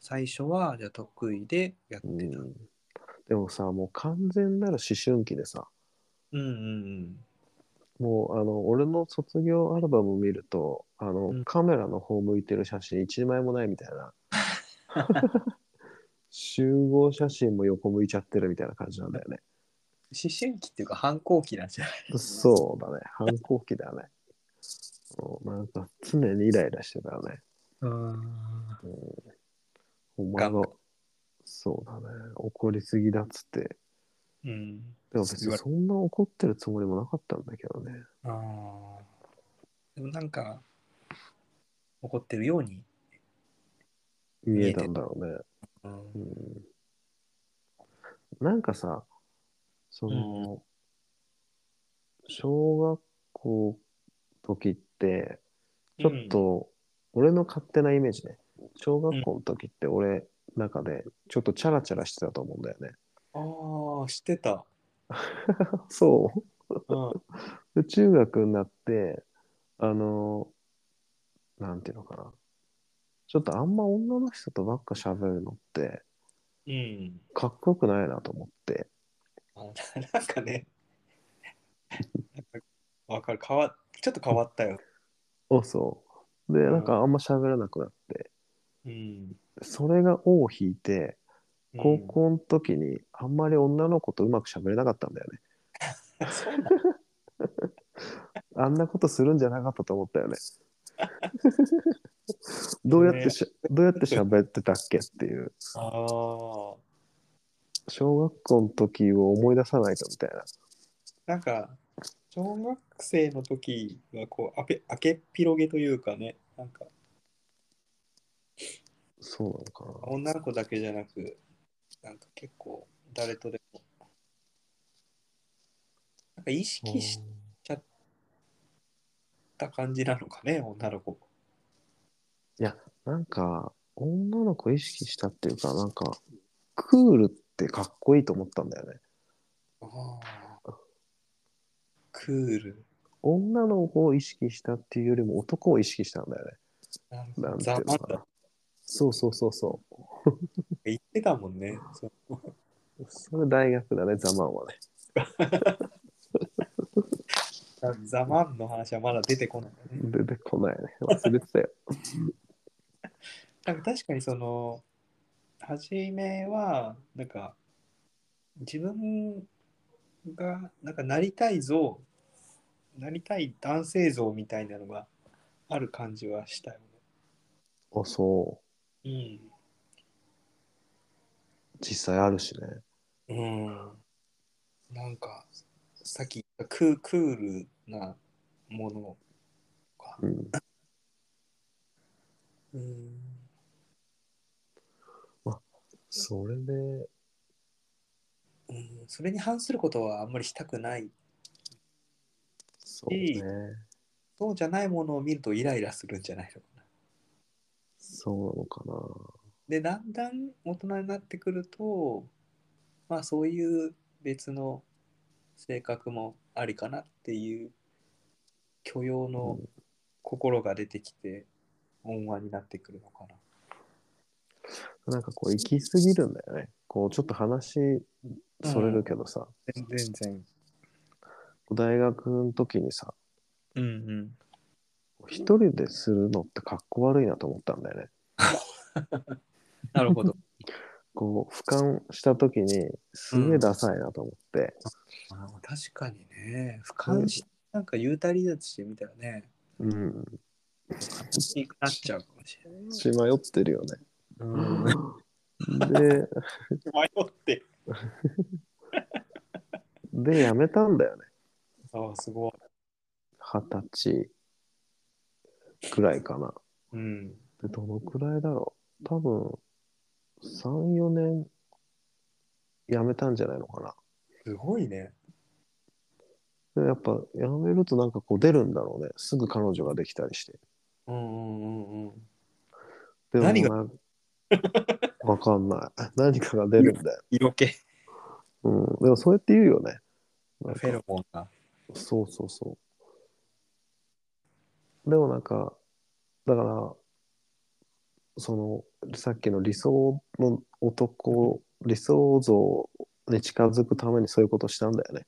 S2: 最初はじゃあ得意でやっ
S1: うん
S2: てた。うん
S1: でもさ、もう完全なる思春期でさ、
S2: うん
S1: もうあの俺の卒業アルバム見るとあの、
S2: うん
S1: カメラの方向いてる写真一枚もないみたい
S2: [LAUGHS]
S1: な集合写真も横向いちゃってるみたいな感じなんだよね
S2: 思春期っていうか反抗期なんじゃない
S1: そうだね反抗期だねうんなんか常にイライラしてたよね
S2: うん
S1: お前
S2: 頑
S1: のそうだね怒りすぎだっつって
S2: うん。
S1: でも別にそんな怒ってるつもりもなかったんだけどね
S2: ああ。でもなんか、怒ってるように。
S1: 見えたんだろうね
S2: うん
S1: うんなんかさ、その、小学校時って、ちょっと、俺の勝手なイメージね。小学校の時って俺、中で、ちょっとチャラチャラしてたと思うんだよ
S2: [LAUGHS]
S1: ね。
S2: ああ、してた。
S1: そ [LAUGHS]
S2: うん。
S1: う。で中学になって、あの、なんていうのかな。ちょっとあんま女の人とばっか喋るのって、
S2: うん。
S1: かっこよくないなと思って。
S2: あなんかね、なんかわかる変わ、ちょっと変わったよ。
S1: あ、そう。で、
S2: うん
S1: なんかあんま喋らなくなって、
S2: うん。
S1: それが尾を引いて、
S2: うん
S1: 高校の時にあんまり女の子とうまく喋れなかったんだよね。
S2: そうなん
S1: あんなことするんじゃなかったと思ったよ
S2: [LAUGHS]
S1: ね。どうやってしゃ、どうやって喋ってたっけっていう、
S2: ああ。
S1: 小学校の時を思い出さないとみたいな。
S2: なんか、小学生の時はこう、あけ、あけっ広げというかね、なんか、
S1: そうなのかな。
S2: 女の子だけじゃなく、なんか結構、誰とでも、なんか意識し
S1: うん
S2: た感じなのかね、女の子。
S1: なんか、女の子意識したっていうか、なんか、クールってかっこいいと思ったんだよね。
S2: ああ。クール。
S1: 女の子を意識したっていうよりも男を意識したんだよね。
S2: なんか
S1: なんてい
S2: ざ
S1: う
S2: ま
S1: の
S2: ん
S1: か
S2: だ
S1: な。そうそうそうそう。
S2: 言ってたもんね。そう
S1: それ大学だね、ザマンはね。
S2: ザマンの話はまだ出てこない、ね。
S1: 出てこないね。忘れて
S2: [LAUGHS]
S1: たよ。
S2: なんか確かにその初めはなんか自分がなんかなりたい像なりたい男性像みたいなのがある感じはしたよ
S1: あ、そ
S2: ね。
S1: う。実際あるしね。
S2: うん。うん。なんかさっき言ったクークールなものか。
S1: うん。
S2: うん。
S1: それで、
S2: うん、それに反することはあんまりしたくない。
S1: そうね。
S2: そうじゃないものを見るとイライラするんじゃないのかな。
S1: そうなのか
S2: でだんだん大人になってくるとまあそういう別の性格もありかなっていう許容
S1: な。
S2: の
S1: うん
S2: 心が出てきて温和になってくるのかな。
S1: なんかこう行き過ぎるんだよねこうちょっと話それるけどさ、
S2: 全然。
S1: 大学の時にさ
S2: うんうん。
S1: 一人でするのってかっこ悪いなと思ったんだよね
S2: なるほ [LAUGHS] ど。
S1: こう俯瞰した時にすげえダサいなと思って、
S2: あー確かにね。俯瞰して、なんか幽体離脱してみたらね、
S1: うん
S2: になっちゃうかもしれない。
S1: 血迷ってるよね
S2: うん、
S1: で
S2: 迷って。
S1: でやめたんだよね
S2: ああ、すごい。
S1: 二十歳くらいかな
S2: うん。
S1: でどのくらいだろう多分34年辞めたんじゃないのか
S2: すごいね。
S1: なでやっぱ辞めるとなんかこう出るんだろうねすぐ彼女ができたりして
S2: うんうんうんうん。
S1: でも
S2: 何が
S1: なわかんない [LAUGHS] 何かが出るんだよ、
S2: 色気。
S1: うん、でもそうやって言うよねなん
S2: フ
S1: か
S2: ェロモンが。
S1: そうそうそうでもなんかだからそのさっきの理想の男理想像に近づくためにそういうことしたんだよね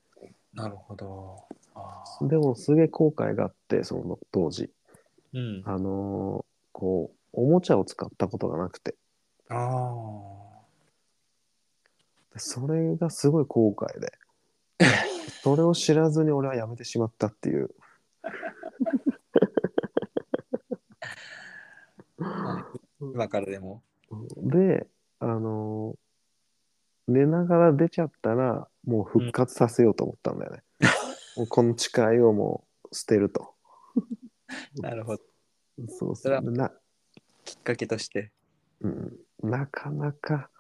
S2: なるほど。ああ。
S1: でもすげえ後悔があってその当時
S2: うん。あ
S1: あのーこうおもちゃを使ったことがなくて
S2: あ。
S1: それがすごい後悔でそれを知らずに俺はやめてしまったっていう
S2: 今からでも。
S1: で、あのー寝ながら出ちゃったら、もう復活させようと思ったんだよ
S2: [LAUGHS]
S1: ね。もうこの誓いをもう捨てると。
S2: なるほど。
S1: そう
S2: そ
S1: そう
S2: れは
S1: な、
S2: きっかけとして。
S1: うん、なかなか、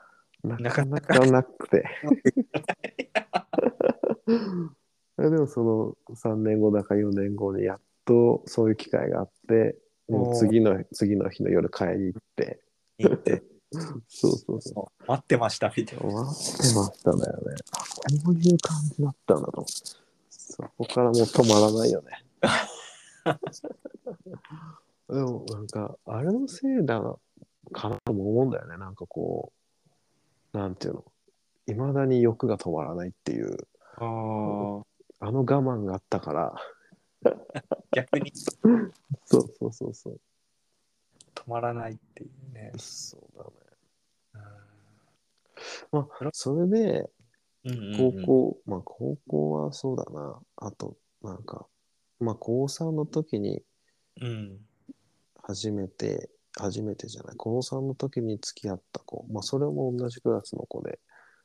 S1: な
S2: な
S1: か
S2: か
S1: な
S2: な
S1: かなく
S2: [LAUGHS]
S1: て。 [LAUGHS] でもその3年後だか4年後にやっとそういう機会があって、もう次の次の日の夜買いに行って、
S2: いいって。
S1: そうそうそう。
S2: そう待ってましたみたい
S1: 待
S2: な。
S1: ってましただよね。あ、こういう感じだったんだと思って。そこからもう止まらないよ [LAUGHS] ね。でもなんか、あれのせいだかなとも思うんだよね。なんかこう、なんていうの。いまだに欲が止まらないっていう、
S2: ああ。
S1: あの我慢があったから。
S2: 逆に止
S1: そうそうそうそう。
S2: まらないっていうね。
S1: そうだね。まあ、それで、
S2: うん
S1: 高校、まあ高校はそうだな。あと、なんか、まあ高3の時に
S2: うん。
S1: 初めて、初めてじゃない、高3の時に付き合った子、まあそれも同じクラスの子で、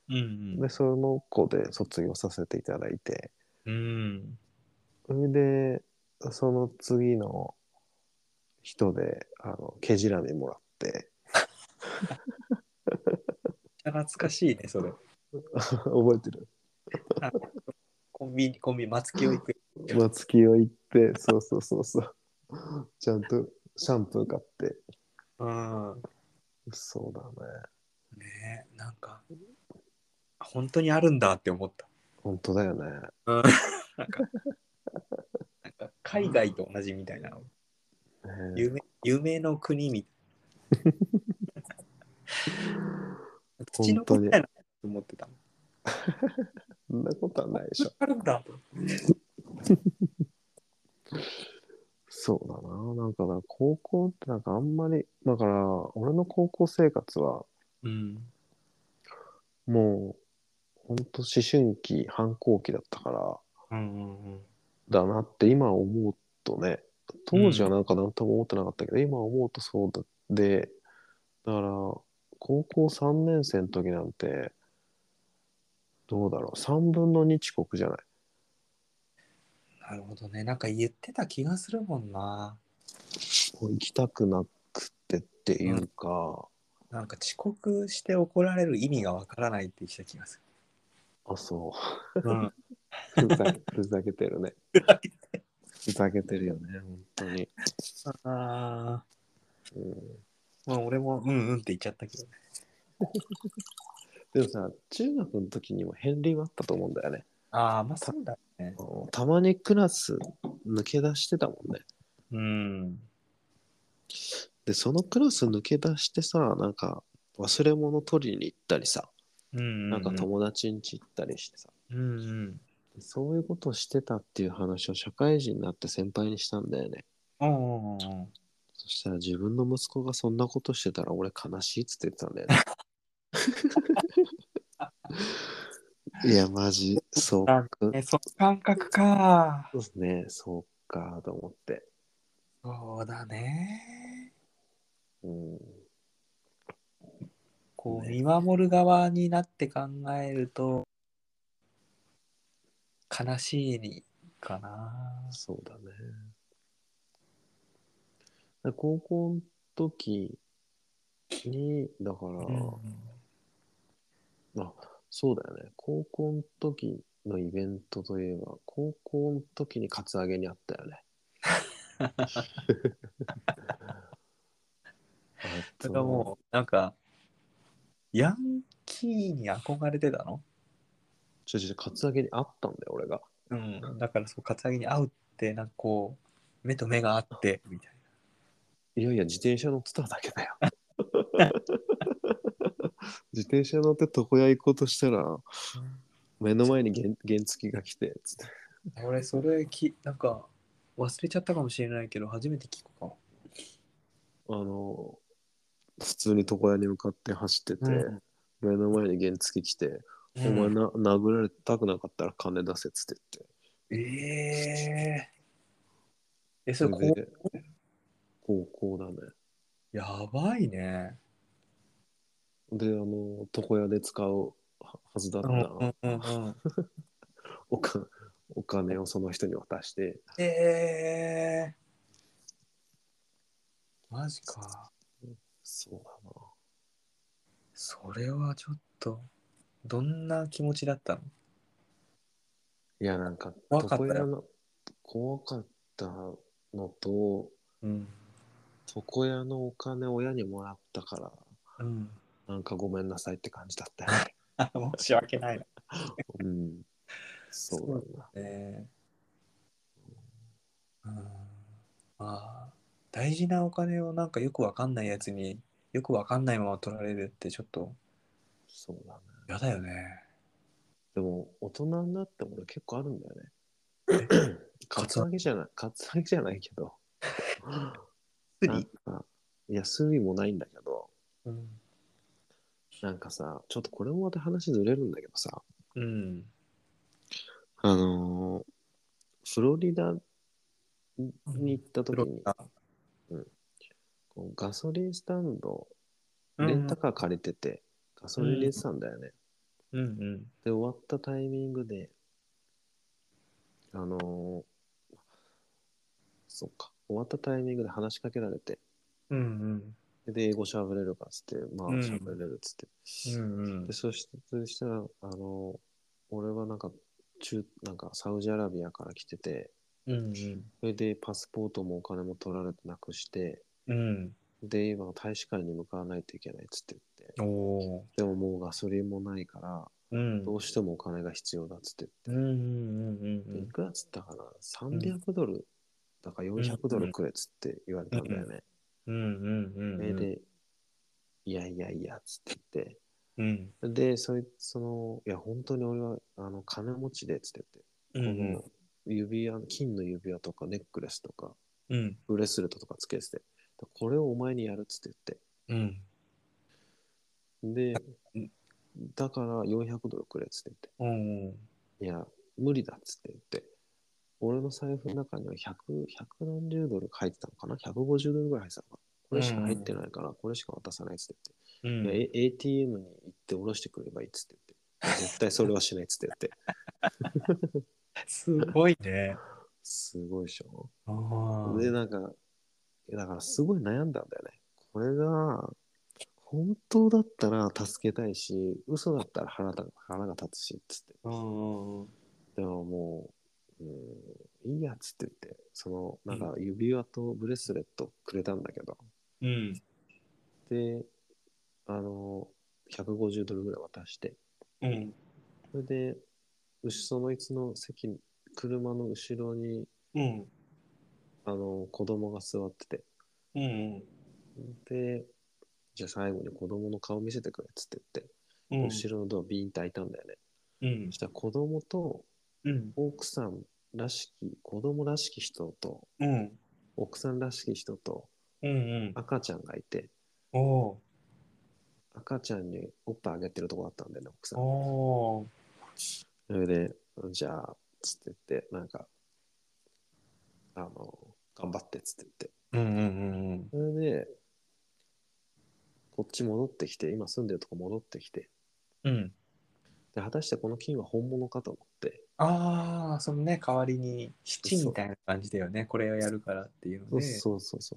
S2: うん
S1: で、その子で卒業させていただいて、
S2: うん。
S1: それで、その次の人で、あの、毛じらみもらって、 [LAUGHS]
S2: 懐かしいね、それ。
S1: 覚えてる
S2: コンビニ、コンビニ、松木を行く。
S1: 松木を行って、そうそうそうそう。ちゃんとシャンプー買って、
S2: うん。
S1: そうだね。
S2: ねえなんか、本当にあるんだって思った。
S1: 本当だよね。
S2: なんか、なんか海外と同じみたいな、
S1: ね
S2: 有名夢の国みた [LAUGHS] いな。土の子みたいなと思ってたもん。
S1: そんなことはないでしょ。
S2: あるんだと。
S1: そうだな。なんかだから高校ってなんかあんまり、だから俺の高校生活は
S2: うん。
S1: もう本当思春期、反抗期だったから
S2: うんうんうん。
S1: だなって今思うとね、当時はなんか何とも思ってなかったけど、今思うとそうだで、だから高校3年生の時なんて、どうだろう、3分の2遅刻じゃない。
S2: なるほどね。なんか言ってた気がするもんな。
S1: もう行きたくなくてっていうか、
S2: なんか遅刻して怒られる意味がわからないって言ってた気がす
S1: あ、そう。
S2: る。うん。
S1: ふざけふざけてるね。ふざけてるよね、本当に。
S2: あ
S1: うん、
S2: ーまあ俺もうんうんって言っちゃったけどね。
S1: でもさ、中学の時にも片鱗はあったと思うんだよね。
S2: ああ、まあそうだね。
S1: うんたまにクラス抜け出してたもんね。
S2: うん。
S1: で、そのクラス抜け出してさ、なんか、忘れ物取りに行ったりさ、
S2: うん
S1: なんか友達ん家行ったりしてさ、
S2: うんうん。
S1: そういうことをしてたっていう話を社会人になって先輩にしたんだよね。
S2: うんうんうん。
S1: そしたら自分の息子がそんなことしてたら俺悲しいっつって言ってたんだよね。いや、マジ、そうか。
S2: え、その感覚か。
S1: そうですね、そうかと思って。
S2: そうだね。
S1: うん、
S2: こう、
S1: ね
S2: 見守る側になって考えると、悲しいにかな。
S1: そうだね。だから高校の時に、だから、そうだよね。高校の時のイベントといえば、高校の時にカツアゲにあったよね。
S2: [LAUGHS] だからもう、なんか、ヤンキーに憧れてたの
S1: う。ちょちょ、カツアゲにあったんだよ、俺が。
S2: うん。だから、そう、カツアゲに会うって、なんかこう、目と目があって、みたい
S1: いやいや、自転車乗ってただけだ
S2: [LAUGHS]
S1: よ。自転車乗って床屋行こうとしたら、目の前に原原付が来て、つって。
S2: な。俺、それき、なんか、忘れちゃったかもしれないけど、初めて聞くかも。
S1: あの、普通に床屋に向かって走ってて、目の前に原付来て、
S2: うん
S1: お前な殴られたくなかったら金出せっつって言って。
S2: えええ、それ、こ
S1: れ
S2: う、
S1: で高校だね。
S2: やばいね。
S1: で、あの、床屋で使うははずだった
S2: うんうん。
S1: おかお金をその人に渡して、
S2: ええマジか。
S1: そうだな。
S2: それはちょっと、どんな気持ちだったの
S1: いや、なんか、
S2: 怖かったよ
S1: 床屋の、怖かったのと、
S2: うん。
S1: 床屋のお金親にもらったから、
S2: うん。
S1: なんかごめんなさいって感じだったよ
S2: [LAUGHS]
S1: ね。
S2: あ [LAUGHS] 申し訳ないな。
S1: うん。そうだな。
S2: ねうん。まあ、大事なお金をなんかよくわかんないやつによくわかんないまま取られるってちょっと
S1: そうだね。
S2: 嫌だよね。
S1: でも、大人になっても俺結構あるんだよね。カ
S2: [CLEARS THROAT] カ
S1: ツ
S2: ツ
S1: アゲじゃない、カツアゲじゃないけど。なんかいや、スリもないんだけど、
S2: うん。
S1: なんかさ、ちょっとこれもまた話ずれるんだけどさ、
S2: うん。
S1: あのーフロリダに行った時に、こうガソリンスタンド、レンタカー借りてて、ガソリン入れてたんだよね。
S2: うんうん。
S1: で、終わったタイミングで、あのーそっか、終わったタイミングで話しかけられて、
S2: うんうん。
S1: で、英語喋れるかっつって、まあ、
S2: うん
S1: 喋れるっつって。
S2: うんうん
S1: で、そして、そしたら、あの、俺はなんか、中、なんか、サウジアラビアから来てて、
S2: うん
S1: それで、パスポートもお金も取られてなくして、
S2: うん。
S1: で、今、大使館に向かわないといけないっつって言って、
S2: おお
S1: でももうガソリンもないから、
S2: ー。うん。
S1: どうしてもお金が必要だっつって
S2: う
S1: 言っ
S2: んうん
S1: て、いくらっつったかな、300ドル、だから400ドルくれっつって言われたんだよね。
S2: うんうん。うんうん
S1: そ
S2: うん
S1: れで、いやいやいやっつって言って、
S2: うん。
S1: で、そいその、いや、本当に俺は、あの、金持ちで、つって
S2: う
S1: 言って、
S2: ん
S1: この、指輪、金の指輪とか、ネックレスとか、
S2: うん。
S1: ブレスレットとかつけてて、これをお前にやる、つって
S2: うん。
S1: 言って、
S2: う
S1: で、だから400ドルくれ、つって
S2: うん。
S1: 言って、いや、無理だ、つって言って、俺の財布の中には100、170ドル入ってたのかな ?150 ドルぐらい入ってたのかなこれしか入ってないから、これしか渡さない、つって言って。
S2: うん。
S1: いや A- ATM に行って下ろしてくればいいっつって言って絶対それはしないっつって言って
S2: すごい
S1: [LAUGHS]
S2: ね。
S1: すごいでしょ
S2: ああ。
S1: でなんかだからすごい悩んだんだよねこれが本当だったら助けたいし嘘だったら腹が腹が立つしっつって
S2: うんうん
S1: でももう、うん、いいやっつって言ってそのなんか指輪とブレスレットくれたんだけど
S2: うん。
S1: であの150ドルぐらい渡して
S2: うん。
S1: それで、うしそのいつの席に、車の後ろに、
S2: うん。
S1: あの、子供が座ってて、
S2: うん。
S1: で、じゃあ最後に子供の顔見せてくれっつって言って、
S2: うん
S1: 後ろのドアビーンって開いたんだよね。
S2: うん
S1: そしたら子供と
S2: うん
S1: 奥さんらしき、子供らしき人と
S2: うん
S1: 奥さんらしき人と
S2: うん
S1: 赤ちゃんがいて、
S2: おお
S1: 赤ちゃんにおっぱいあげてるとこだったんだよね、奥さ
S2: ー
S1: ん。
S2: お
S1: それで、じゃあ、つって言って、なんか、あの、頑張ってっつって言って。
S2: ーうんうんうん
S1: それで、こっち戻ってきて、今住んでるとこ戻ってきて、
S2: うんうん
S1: で果たしてこの金は本物かと思って、
S2: ああそのね代わりに七みたいな感じだよねこれをやるからっていう
S1: そ
S2: の
S1: う
S2: で
S1: そうそうそ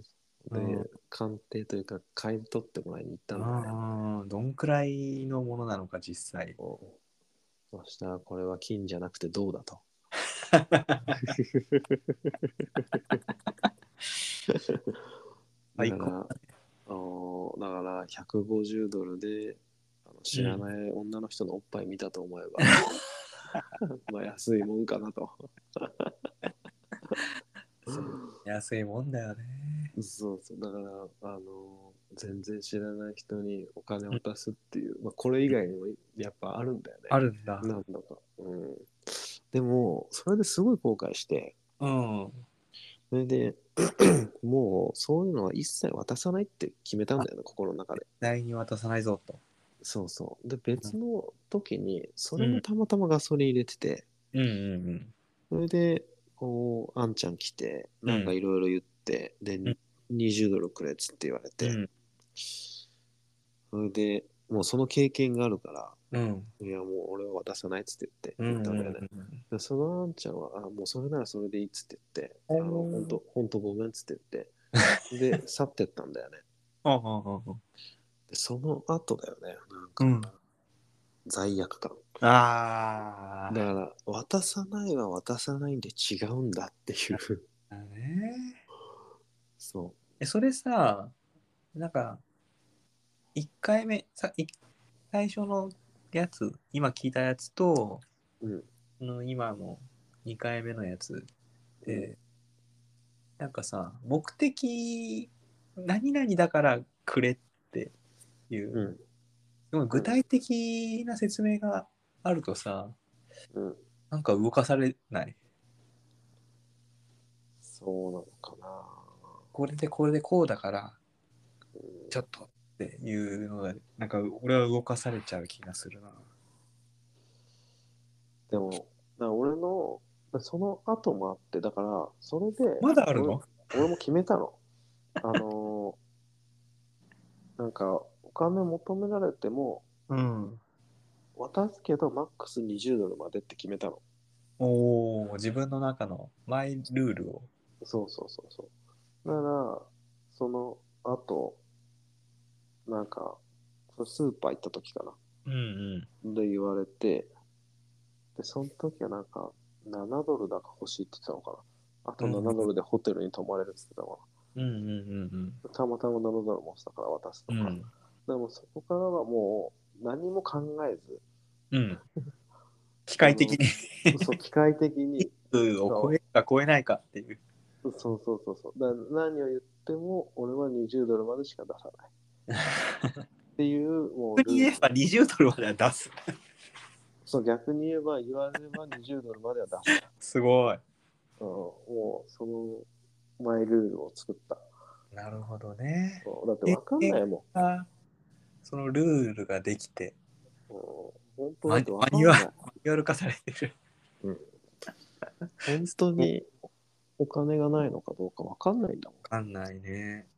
S1: う。で、
S2: うん
S1: 鑑定というか、買い取ってもらいに行ったんだよね。
S2: あーどんくらいのものなのか実際
S1: こうそしたら、これは金じゃなくて銅だ [LAUGHS] と。
S2: は
S1: だ
S2: い
S1: から、あのだから150ドルであの知らない女の人のおっぱい見たと思えば、 [LAUGHS] まあ安いもんかな [LAUGHS] と。
S2: 安いもんだよね
S1: そうそうだからあの全然知らない人にお金を渡すっていう、まあ、これ以外にもやっぱあるんだよね。
S2: [LAUGHS] あるんだ
S1: なんだか。うん、でもそれですごい後悔して
S2: うん
S1: それで [CLEARS THROAT] もうそういうのは一切渡さないって決めたんだよね心の中で。
S2: 第に渡さないぞと
S1: そうそう。で、別の時に、それもたまたまガソリン入れてて、
S2: うんうん
S1: それで、こう、あんちゃん来て、なんかいろいろ言って、で、20ドルくれっつって言われて、
S2: うん
S1: それで、もうその経験があるから、
S2: うん
S1: いや、もう俺は渡さないっつって言って、
S2: うん
S1: 言
S2: う
S1: ったんだよね。
S2: ん
S1: でそのあんちゃんは、あ、もうそれならそれでいいっつって言って、あ
S2: おー
S1: の、ほんと、ほんとごめんっつって言って、
S2: [LAUGHS]
S1: で、去ってったんだよね。
S2: ああああ
S1: で、その後だよね、なんか、
S2: うん
S1: 罪悪感。
S2: ああ。
S1: だから渡さないは渡さないんで違うんだっていう [LAUGHS]
S2: ね。
S1: そ
S2: え、それさ、なんか、1回目、さい最初のやつ、今聞いたやつと、
S1: うん
S2: その今の2回目のやつで、なんかさ、目的、何々だからくれっていう、
S1: ううん
S2: でも具体的な説明があるとさ、
S1: うん
S2: なんか動かされない。
S1: そうなのかな
S2: これでこれでこうだから
S1: うん
S2: ちょっとっていうのがなんか俺は動かされちゃう気がするな
S1: でもだから俺のその後もあってだからそれで
S2: まだあるの
S1: 俺俺も決めたのあのーなんかお金求められても
S2: うん
S1: 渡すけどマックス20ドルまでって決めたの
S2: おお自分の中のマイルールを
S1: そうそうそうそう。だから、その後、なんか、スーパー行った時か
S2: うんうん
S1: な。で、言われて、で、その時はなんか、7ドルだか欲しいって言ってたのかな。あと
S2: うん
S1: 7ドルでホテルに泊まれるって言ってたのか
S2: うんうん
S1: な。たまたま7ドル持ってたから渡すと
S2: う
S1: か。
S2: ん
S1: でもそこからはもう、何も考え
S2: うん機械的に [LAUGHS]
S1: ず、そう機械的に、
S2: を超えるか超えないかっていう
S1: そうそうそうそう。だから何を言っても、俺は20ドルまでしか出さない。っていう、もう
S2: 逆
S1: ル
S2: に
S1: ール
S2: 言 [LAUGHS] えば20ドルまでは出す
S1: そう逆に言えば言われれば20ドルまでは出す、
S2: すごい
S1: うん、もうそのマイルールを作った
S2: なるほどね
S1: そうだって分かんないも
S2: あそのルールができて
S1: ん、うん、本当だって分かん
S2: マ
S1: な
S2: ニ
S1: い
S2: 夜化されてる
S1: 本当にお金がないのかどうか分かんないんだもん
S2: わかんないね。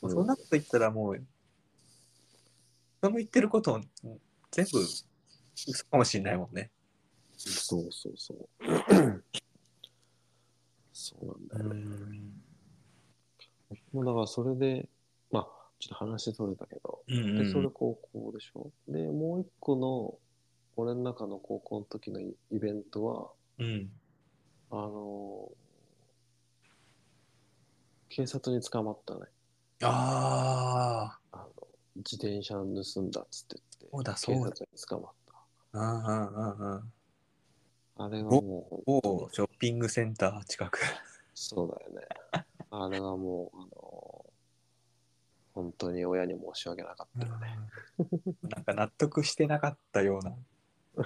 S1: うん
S2: そんなこと言ったらもう、その言ってること全部嘘かもしれないもんね。
S1: そうそうそう
S2: [CLEARS THROAT]
S1: そうなんだよね、
S2: ん。
S1: もうだからそれでまあちょっと話取れたけど
S2: うんう
S1: でそれ
S2: ん
S1: 高校でしょでもう一個の俺の中の高校の時のイベントは
S2: うん。
S1: あのー警察に捕まったね。
S2: あ
S1: あの自転車盗んだっつって言って、
S2: そうだ
S1: 警
S2: そうだ
S1: 察に捕まっ
S2: あ、うんうんうんうん。
S1: た。あれはもう、
S2: 某ショッピングセンター近く。
S1: そうだよね。あれはもう、あの本当に親に申し訳なかったよね。
S2: うんなんか納得してなかったよう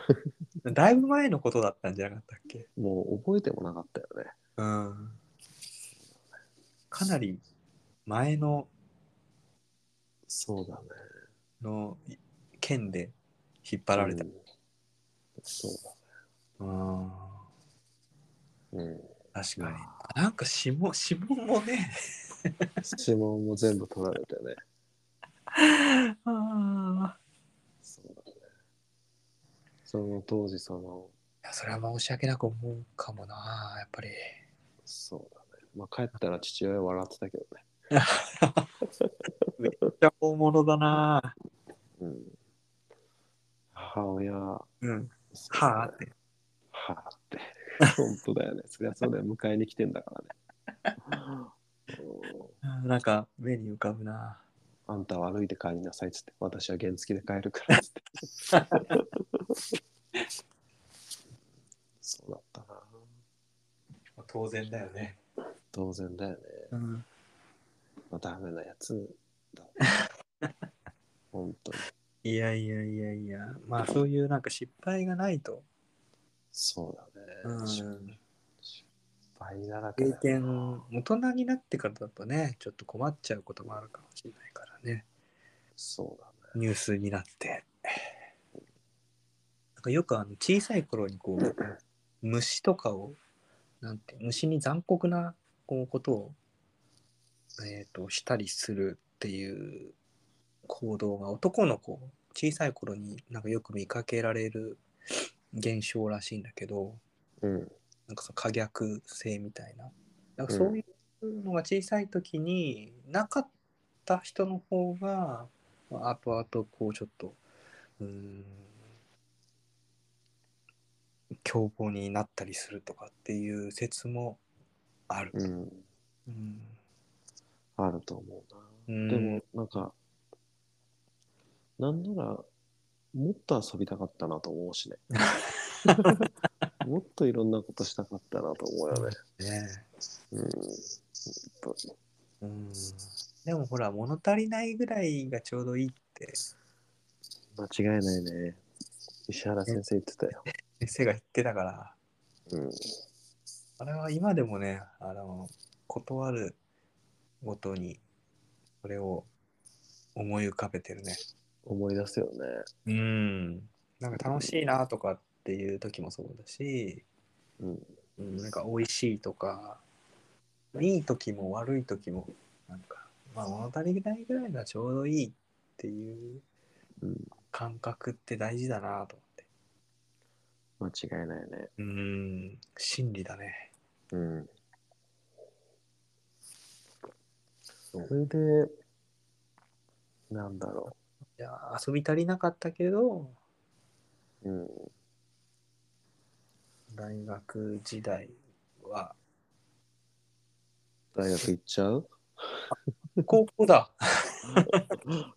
S2: な。 [LAUGHS] だいぶ前のことだったんじゃなかったっけ
S1: もう覚えてもなかったよね。
S2: うん。かなり前の
S1: そうだね。
S2: の件で引っ張られた
S1: うん。そう
S2: うん、
S1: だね。
S2: 確かに。なんか指紋指紋も [LAUGHS] ね。
S1: うん。指紋も全部取られてね。
S2: あ
S1: そうだね。その当時、その、
S2: あ。それは申し訳なく思うかもな、やっぱり。
S1: そうだね。まあ、帰ったら父親笑ってたけどね。
S2: めっちゃ大物だな。
S1: うん。母親、は
S2: うん。はあ
S1: あ
S2: っ、て。
S1: はあって。本当だよね。そりゃそうだよ。迎えに来てんだ [LAUGHS] からね。うん
S2: うんなんか目に浮かぶな。
S1: あんたは歩いて帰りなさいっつって、私は原付で帰るからっつって。そうだったな。
S2: 当然だよね。
S1: 当然だよね。
S2: うん。
S1: まあ、ダメなやつだ。本当に。
S2: いやいやいやいや、まあそういうなんか失敗がないと。
S1: そうだね。失
S2: うん。
S1: 敗だらけだ
S2: 経
S1: よ
S2: 験、大人になってからだとね、ちょっと困っちゃうこともあるかもしれないからね。
S1: そうだね。
S2: ニュースになって。なんかよくあの小さい頃にこう、虫とかを、なんて、虫に残酷なこうことを、えー、としたりするっていう行動が男の子、小さい頃になんかよく見かけられる現象らしいんだけど、
S1: うん。
S2: なんかその可逆性みたいな。なんかそういうのが小さい時になかった人の方が、まあ後々こうちょっと、うーん、凶暴になったりするとかっていう説もある。
S1: うん。
S2: うん。
S1: あると思う
S2: うん
S1: な。でも、なんか、なんなら、もっと遊びたかったなと思う [LAUGHS] しね。もっといろんなことしたかったなと思うよね。
S2: ね
S1: うん。本当に
S2: うん。でもほら、物足りないぐらいがちょうどいいって
S1: 間違いないね。石原先生言ってたよ。
S2: 先生が言ってたから。
S1: うん。
S2: あれは今でもね、あの、断るごとに、それを思い浮かべてるね。
S1: 思い出すよね。
S2: うん。なんか楽しいなとかっていう時もそうだし、
S1: うん。
S2: うん、なんか美味しいとか、いい時も悪い時も、なんか、まあ物足りないぐらいがちょうどいいっていう
S1: うん
S2: 感覚って大事だなと思って。
S1: 間違いないね。
S2: うん、真理だね。
S1: うん。
S2: う
S1: それで、なんだろ
S2: いや、遊び足りなかったけど、
S1: う。うん。
S2: 大学時代は、
S1: 大学行っちゃう
S2: 高校だ。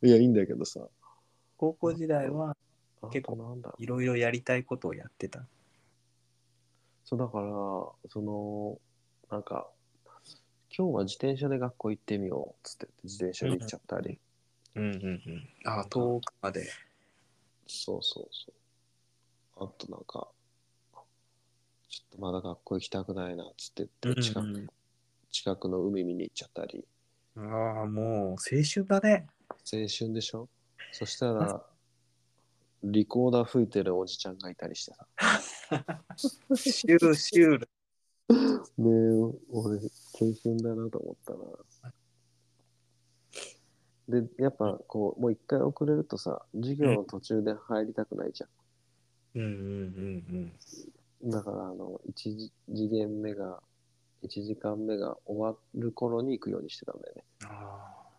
S1: いや、いいんだけどさ。
S2: 高校時代は
S1: 結
S2: 結構
S1: 構なんだろう。
S2: いろいろやりたいことをやってた。
S1: そう、だから、その、なんか、今日は自転車で学校行ってみようっつって自転車で行っちゃったり。
S2: うんうんうん。あ、遠くまで。
S1: そうそうそう。あとなんか、ちょっとまだ学校行きたくないなっつって言って、近く,、近くの海見に行っちゃったり、
S2: ああ、もう青春だ [LAUGHS] ね。
S1: 青春でしょそしたら、リコーダー吹いてるおじちゃんがいたりしてさ。
S2: シュール、シュール。
S1: ねえ、俺、青春だなと思ったな。で、やっぱこう、もう一回遅れるとさ、授業の途中で入りたくないじゃん。
S2: うんうんうん
S1: だから、あの、1次元目が、1時間目が終わる頃に行くようにしてたんだよね。
S2: うん。ああ。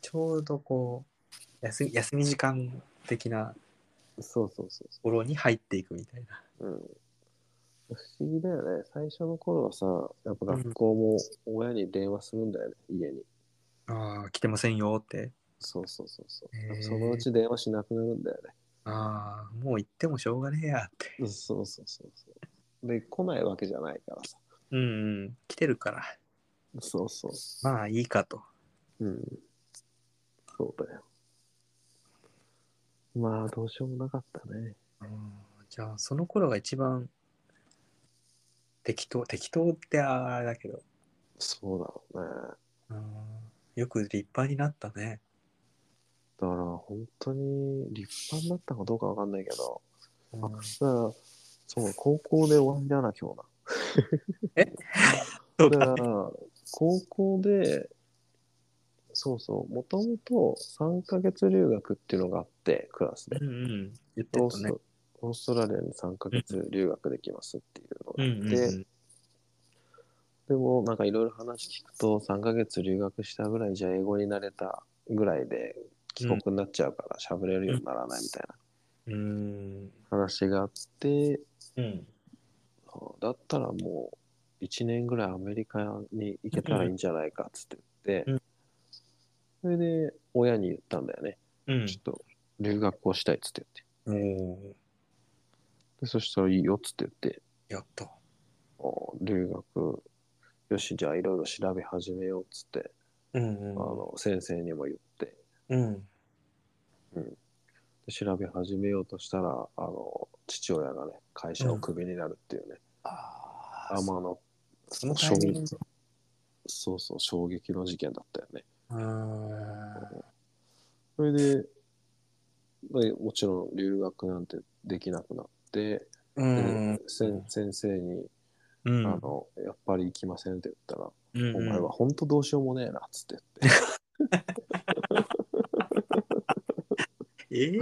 S2: ちょうどこう、休み休み時間的な
S1: そうそうそう
S2: ところに入っていくみたいな。
S1: そう。うん。不思議だよね。最初の頃はさ、やっぱ学校も親に電話するんだよね、家に。
S2: ああ、来てませんよって。
S1: そうそうそうそ
S2: へえ
S1: う。そのうち電話しなくなるんだよね。
S2: ああ、もう行ってもしょうがねえやって。
S1: うんそうそうそうそう。で、来ないわけじゃないからさ。
S2: うんうん。来てるから。
S1: そうそ
S2: まあいいかと。
S1: う。うん。そうだよ。まあ、どうしようもなかったね。
S2: あーじゃあその頃が一番適当適当ってあれだけど
S1: そうだろうね。
S2: あーよく立派になったね
S1: だから、本当に立派になったかどうかわかんないけど、
S2: うん
S1: だから、そう、高校で終わりだな、今日な。
S2: そう
S1: だ
S2: だ
S1: か
S2: ね
S1: ら、高校で、そうそう、もともと3ヶ月留学っていうのがあって、クラスで
S2: う。んうん言って
S1: オー
S2: た
S1: ス
S2: ね
S1: トオーストラリアに3ヶ月留学できますっていうの
S2: う
S1: があ
S2: ん
S1: って、
S2: うんうん
S1: でもなんかいろいろ話聞くと3ヶ月留学したぐらいじゃ英語になれたぐらいで帰国になっちゃうから喋れるようにならないみたいな
S2: うん
S1: 話があって、
S2: うん
S1: そうだったらもう1年ぐらいアメリカに行けたらいいんじゃないかっつって言って、
S2: うん
S1: それで親に言ったんだよね、
S2: うん
S1: ちょっと留学をしたいっつって言って
S2: おー
S1: でそしたらいいよっつって言って
S2: やった
S1: お留学よしじゃあいろいろ調べ始めようっつって、
S2: うん
S1: あの先生にも言って
S2: うん
S1: で調べ始めようとしたらあの父親がね会社をクビになるっていうね、
S2: あ
S1: あ
S2: あ
S1: まああの
S2: そのタイミング
S1: 衝そうそう衝撃の事件だったよね
S2: あ
S1: それででもちろん留学なんてできなくなって、
S2: ーうん
S1: でせん先生に、
S2: うん
S1: あの「やっぱり行きません」って言ったら
S2: うんうん
S1: お前は本当どうしようもねえなっつって [LAUGHS] 言って、
S2: ええ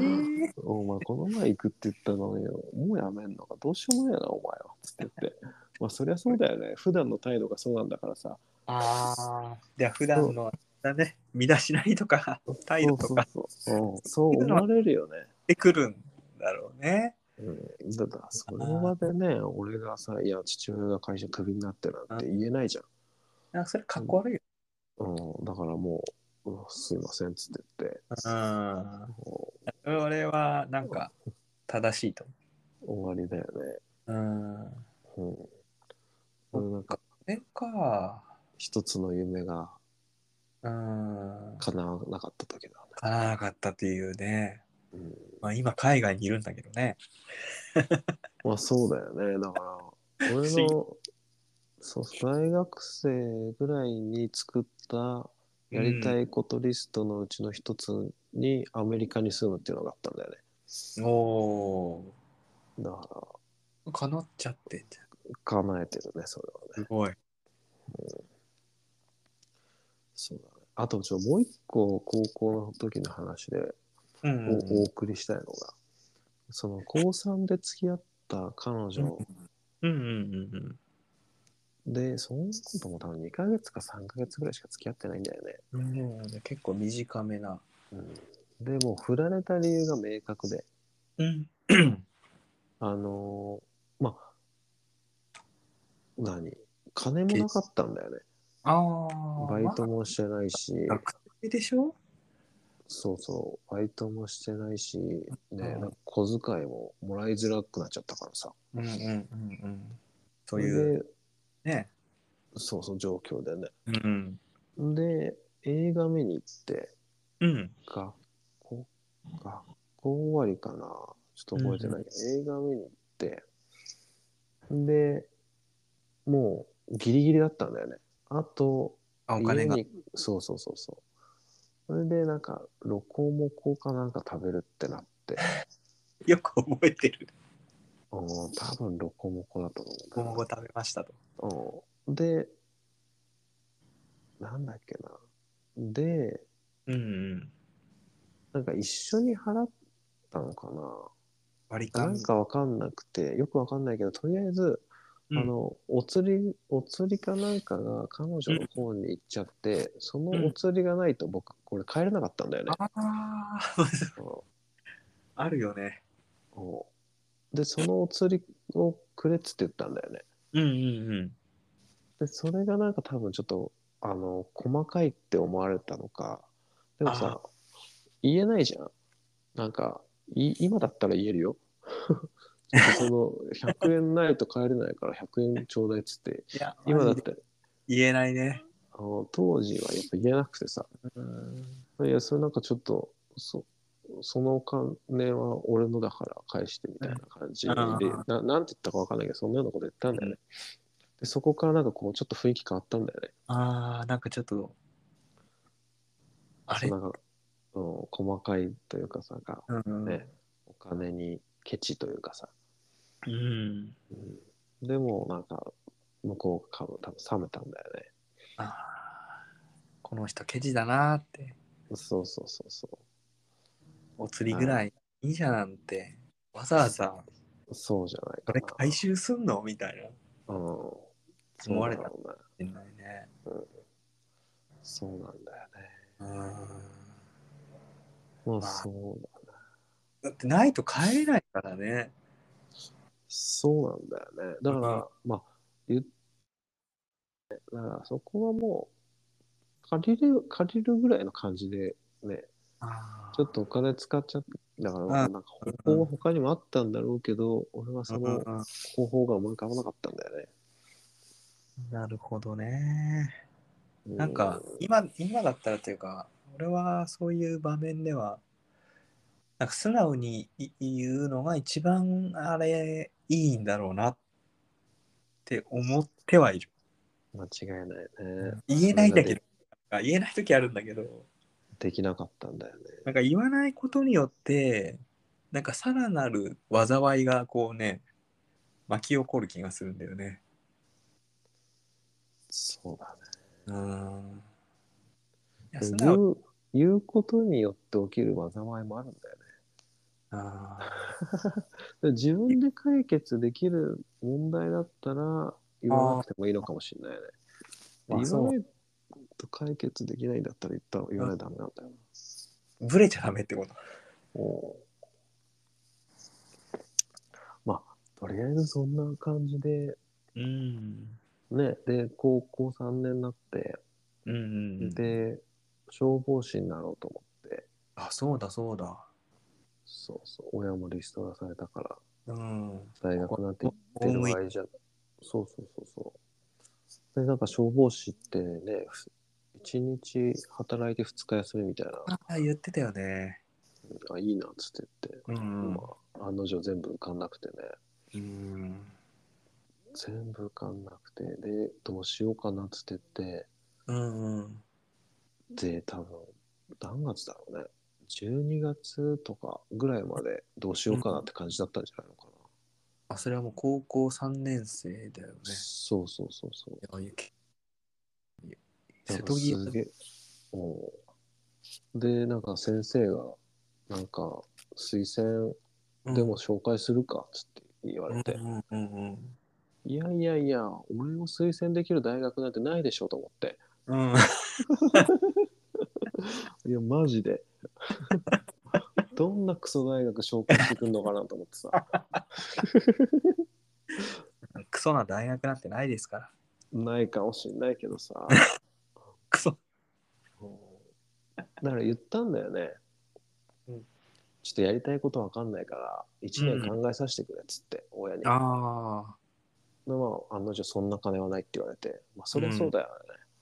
S1: お前この前行くって言ったのによ、もうやめんのか、どうしようもねえな、お前は。つって言って、まあそりゃそうだよね、普段の態度がそうなんだからさ、
S2: ああじゃあ普段のだね身だしなみとか態度とか
S1: そうそうそう、うんそう思われるよね。
S2: ってくるんだろうね。
S1: うん、だからその場でね、俺がさ、いや、父親が会社クビになってなんて言えないじゃん。
S2: なんかそれかっこ悪いよ。
S1: うん、だからもう、うんすいませんっつって言って、
S2: うん。
S1: も
S2: 俺はなんか正しいと
S1: う終わりだよね。
S2: 思う。う
S1: う
S2: ん。
S1: ん、うんなんか
S2: それか。
S1: 一つの夢が
S2: うん。
S1: 叶わなかった時だ
S2: かなわなかったっていうね。
S1: ね。うん
S2: まあ今海外にいるんだけどね。
S1: まあそうだよね。だから、俺
S2: 不
S1: の、そう、大学生ぐらいに作ったやりたいことリストのうちの一つにアメリカに住むっていうのがあったんだよね。
S2: おお
S1: だか
S2: ー。かなっちゃってんじゃん。
S1: ら、叶えてるね、それはね。
S2: すごい。
S1: そうだね。あと、ちょ、もう一個高校の時の話で
S2: うんうん
S1: おお送りしたいのが、その高3で付き合った彼女
S2: うんうんうん
S1: で、そのことも多分2ヶ月か3ヶ月ぐらいしか付き合ってないんだよね。
S2: うんうん。結構短めな。
S1: うん、でも、振られた理由が明確で、
S2: うん。
S1: あのーまあ、何金もなかったんだよね。
S2: ああ。
S1: バイトもしてないし、
S2: まあ。学生でしょ
S1: そうそう、バイトもしてないし、ね、
S2: うん
S1: なんか小遣いももらいづらくなっちゃったからさ。
S2: うんうんうんうん。そ
S1: そう
S2: いうね。
S1: そうそう、状況でね。
S2: うん。
S1: で、映画見に行って、
S2: うん。
S1: 学校、学校終わりかな。ちょっと覚えてないけど、映画見に行って、で、もうギリギリだったんだよね。あと、
S2: あ、お金が。
S1: 家にそうそうそうそう。それでなんか、ロコモコかなんか食べるってなって、
S2: よく覚えてる。
S1: うん、多分ロコモコだと思うんだ
S2: 今
S1: よ
S2: 後食べましたと。
S1: うん、で、なんだっけな。で、
S2: うんうん。
S1: なんか一緒に払ったのかな。
S2: 割り
S1: な
S2: 勘
S1: ん。かわかんなくて、よくわかんないけど、とりあえず、
S2: うん
S1: あの、お釣り、お釣りかなんかが彼女の方に行っちゃって、そのお釣りがないと僕、これ帰れなかったんだよね。
S2: ああー、あるよね。
S1: うんうんで、そのお釣りをくれっつって言ったんだよね。
S2: うんうんうん。
S1: で、それがなんか多分ちょっと、あの、細かいって思われたのか、でもさ、言えないじゃん。なんか、い今だったら言えるよ。 [LAUGHS] ちょっとその、100円ないと帰れないから100円ちょうだいっつって、
S2: いや、
S1: 今だっ
S2: マジで
S1: て
S2: 言えないね。
S1: あの当時はやっぱ言えなくてさ
S2: うん
S1: いやそれなんかちょっとそそのお金は俺のだから返してみたいな感じで、
S2: うん
S1: ななんて言ったかわかんないけどそんなようなこと言ったんだよね、でそこからなんかこうちょっと雰囲気変わったんだよね
S2: ああ、なんかちょっと、あれ
S1: そうなんか、うん、細かいというかさなんか
S2: うん
S1: ねお金にケチというかさ、
S2: うん。
S1: うん、でもなんか向こうが多分多分冷めたんだよね
S2: ああ、この人ケチだなーって、
S1: そうそうそうそ
S2: お釣りぐらいいいじゃんって、わざわざ
S1: うそうじゃない
S2: こ
S1: か
S2: れ
S1: な
S2: 回収すんのみたいな。
S1: うんそう
S2: 思わ
S1: な
S2: れ
S1: んだ
S2: た
S1: ろうね
S2: みんなにね。
S1: そうなんだよね
S2: うん。
S1: まあ
S2: まあ
S1: そうだ
S2: だってないと帰れないからね。
S1: そうなんだよね。だから、まあ、言っだからそこはもう、借りる、借りるぐらいの感じでね、ちょっとお金使っちゃった。だから、
S2: ん
S1: なんか方法は他にもあったんだろうけど、俺はそ
S2: うん
S1: の
S2: うんうん
S1: 方法が思い浮かばなかったんだよね。
S2: なるほどね。
S1: う
S2: なんか今今だったらというか俺はそういう場面ではなんか素直にい言うのが一番あれいいんだろうなって思ってはいる。
S1: 間違いないね。
S2: 言えないんだけ
S1: それがで。
S2: どなんか言えない時あるんだけど
S1: できなかったんだよね。
S2: なんか言わないことによってなんかさらなる災いがこうね巻き起こる気がするんだよね。
S1: そうだね。
S2: うん。いや素直
S1: 言う、言うことによって起きる災いもあるんだよね。
S2: あ
S1: 自分で解決できる問題だったら言わなくてもいいのかもしれないね。
S2: あーまあ
S1: 言わないと解決できないんだったら言った言わないとダメなんだよな。
S2: ーぶれちゃダメってこと。
S1: おまあとりあえずそんな感じで
S2: うん。
S1: ねで高校3年になって、
S2: うんうんうん、
S1: で消防士になろうと思って
S2: あそうだそうだ。
S1: そうそう親もリストラされたから
S2: うん。
S1: 大学なんて行って
S2: 公
S1: る
S2: 務
S1: 場
S2: 員
S1: 合じゃそうそうそうそうでなんか消防士ってねふ一日働いて二日休みみたいな
S2: あ言ってたよね。
S1: あいいなっつって言って、
S2: うん
S1: まあ、案の定全部受かんなくてね
S2: うん。
S1: 全部受かんなくてでどうしようかなっつって言って
S2: うんうん。
S1: で多分何月だろうね12月とかぐらいまでどうしようかなって感じだったんじゃないのかな、
S2: あそれはもう高校3年生だよね。
S1: そうそうそうそう
S2: いやいやけ
S1: なん
S2: 瀬
S1: か
S2: 戸際
S1: すげえうんでなんか先生がなんか推薦でも紹介するかっつって言わ
S2: う
S1: れ
S2: ん
S1: て、
S2: うんうん
S1: いやいやいや俺を推薦できる大学なんてないでしょと思って
S2: うん。 [LAUGHS] うん。
S1: いやマジ
S2: [LAUGHS]
S1: でどんなクソ大学紹介してくんのかなと思ってさ
S2: クソな大学なんてないですから。
S1: ないかもしんないけどさ
S2: クソ。
S1: うんだから言ったんだよね、
S2: うん
S1: ちょっとやりたいことわかんないから1年考えさせてくれっつって、親に
S2: ああ。
S1: でまあ、案の定そんな金はないって言われて、まあ、そりゃそうだよね、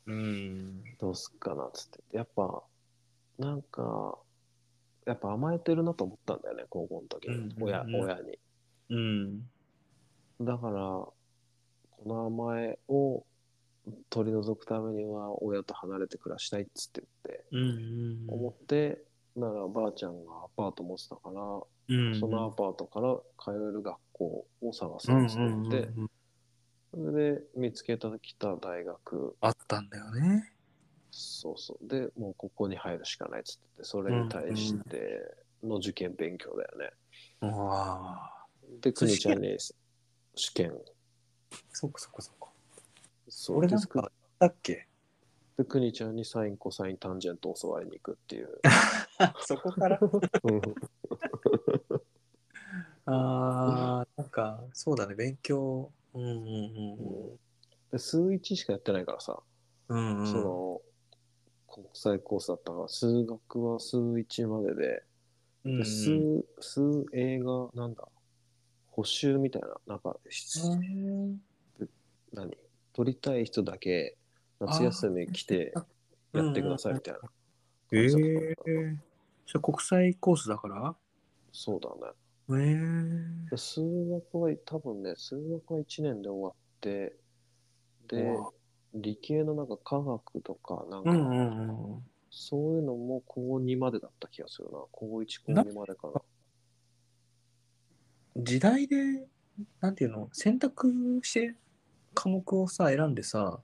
S2: うん。
S1: どうすっかなっつってやっぱなんかやっぱ甘えてるなと思ったんだよね高校の時、
S2: うん
S1: 親
S2: うん
S1: 親に
S2: うん。
S1: だからこの甘えを取り除くためには親と離れて暮らしたいっつって言って、
S2: うん。
S1: 思ってならばあちゃんがアパート持ってたから、
S2: うん。
S1: そのアパートから通える学校を探そうっつって言って、
S2: うんうんうんうん
S1: それで見つけた来た大学
S2: あったんだよね。
S1: そうそう。で、もうここに入るしかないっつってて、それに対しての受験勉強だよね。
S2: うわあ。
S1: で、
S2: そ
S1: く
S2: う
S1: にちゃんに試験。
S2: そっかそっかそっか。
S1: そう
S2: 俺なん
S1: でく
S2: かだっけ [LAUGHS]
S1: で、くにちゃんにサイン、コサイン、タンジェントを教わりに行くって
S2: [LAUGHS]
S1: いう。
S2: そこから
S1: うん
S2: あーなんかそうだね勉強うんうん
S1: で数一しかやってないからさ、
S2: うんうんうんうん
S1: その、国際コースだったから、数学は数一までで、
S2: うんう
S1: で数
S2: ん、
S1: 数英が、なんだ、補習みたいな、なんか、
S2: うん
S1: 何取りたい人だけ夏休み来てやってくださいみたいな。
S2: ええそれ国際コースだから
S1: そうだね。
S2: ええ
S1: で数学は多分ね、数学は1年で終わって、で、理系のなんか科学とか、なん
S2: う
S1: か、
S2: んうんうん。
S1: そういうのも高2までだった気がするな。高1、高2までかな。
S2: 時代で、なんていうの、選択して科目をさ、選んでさ、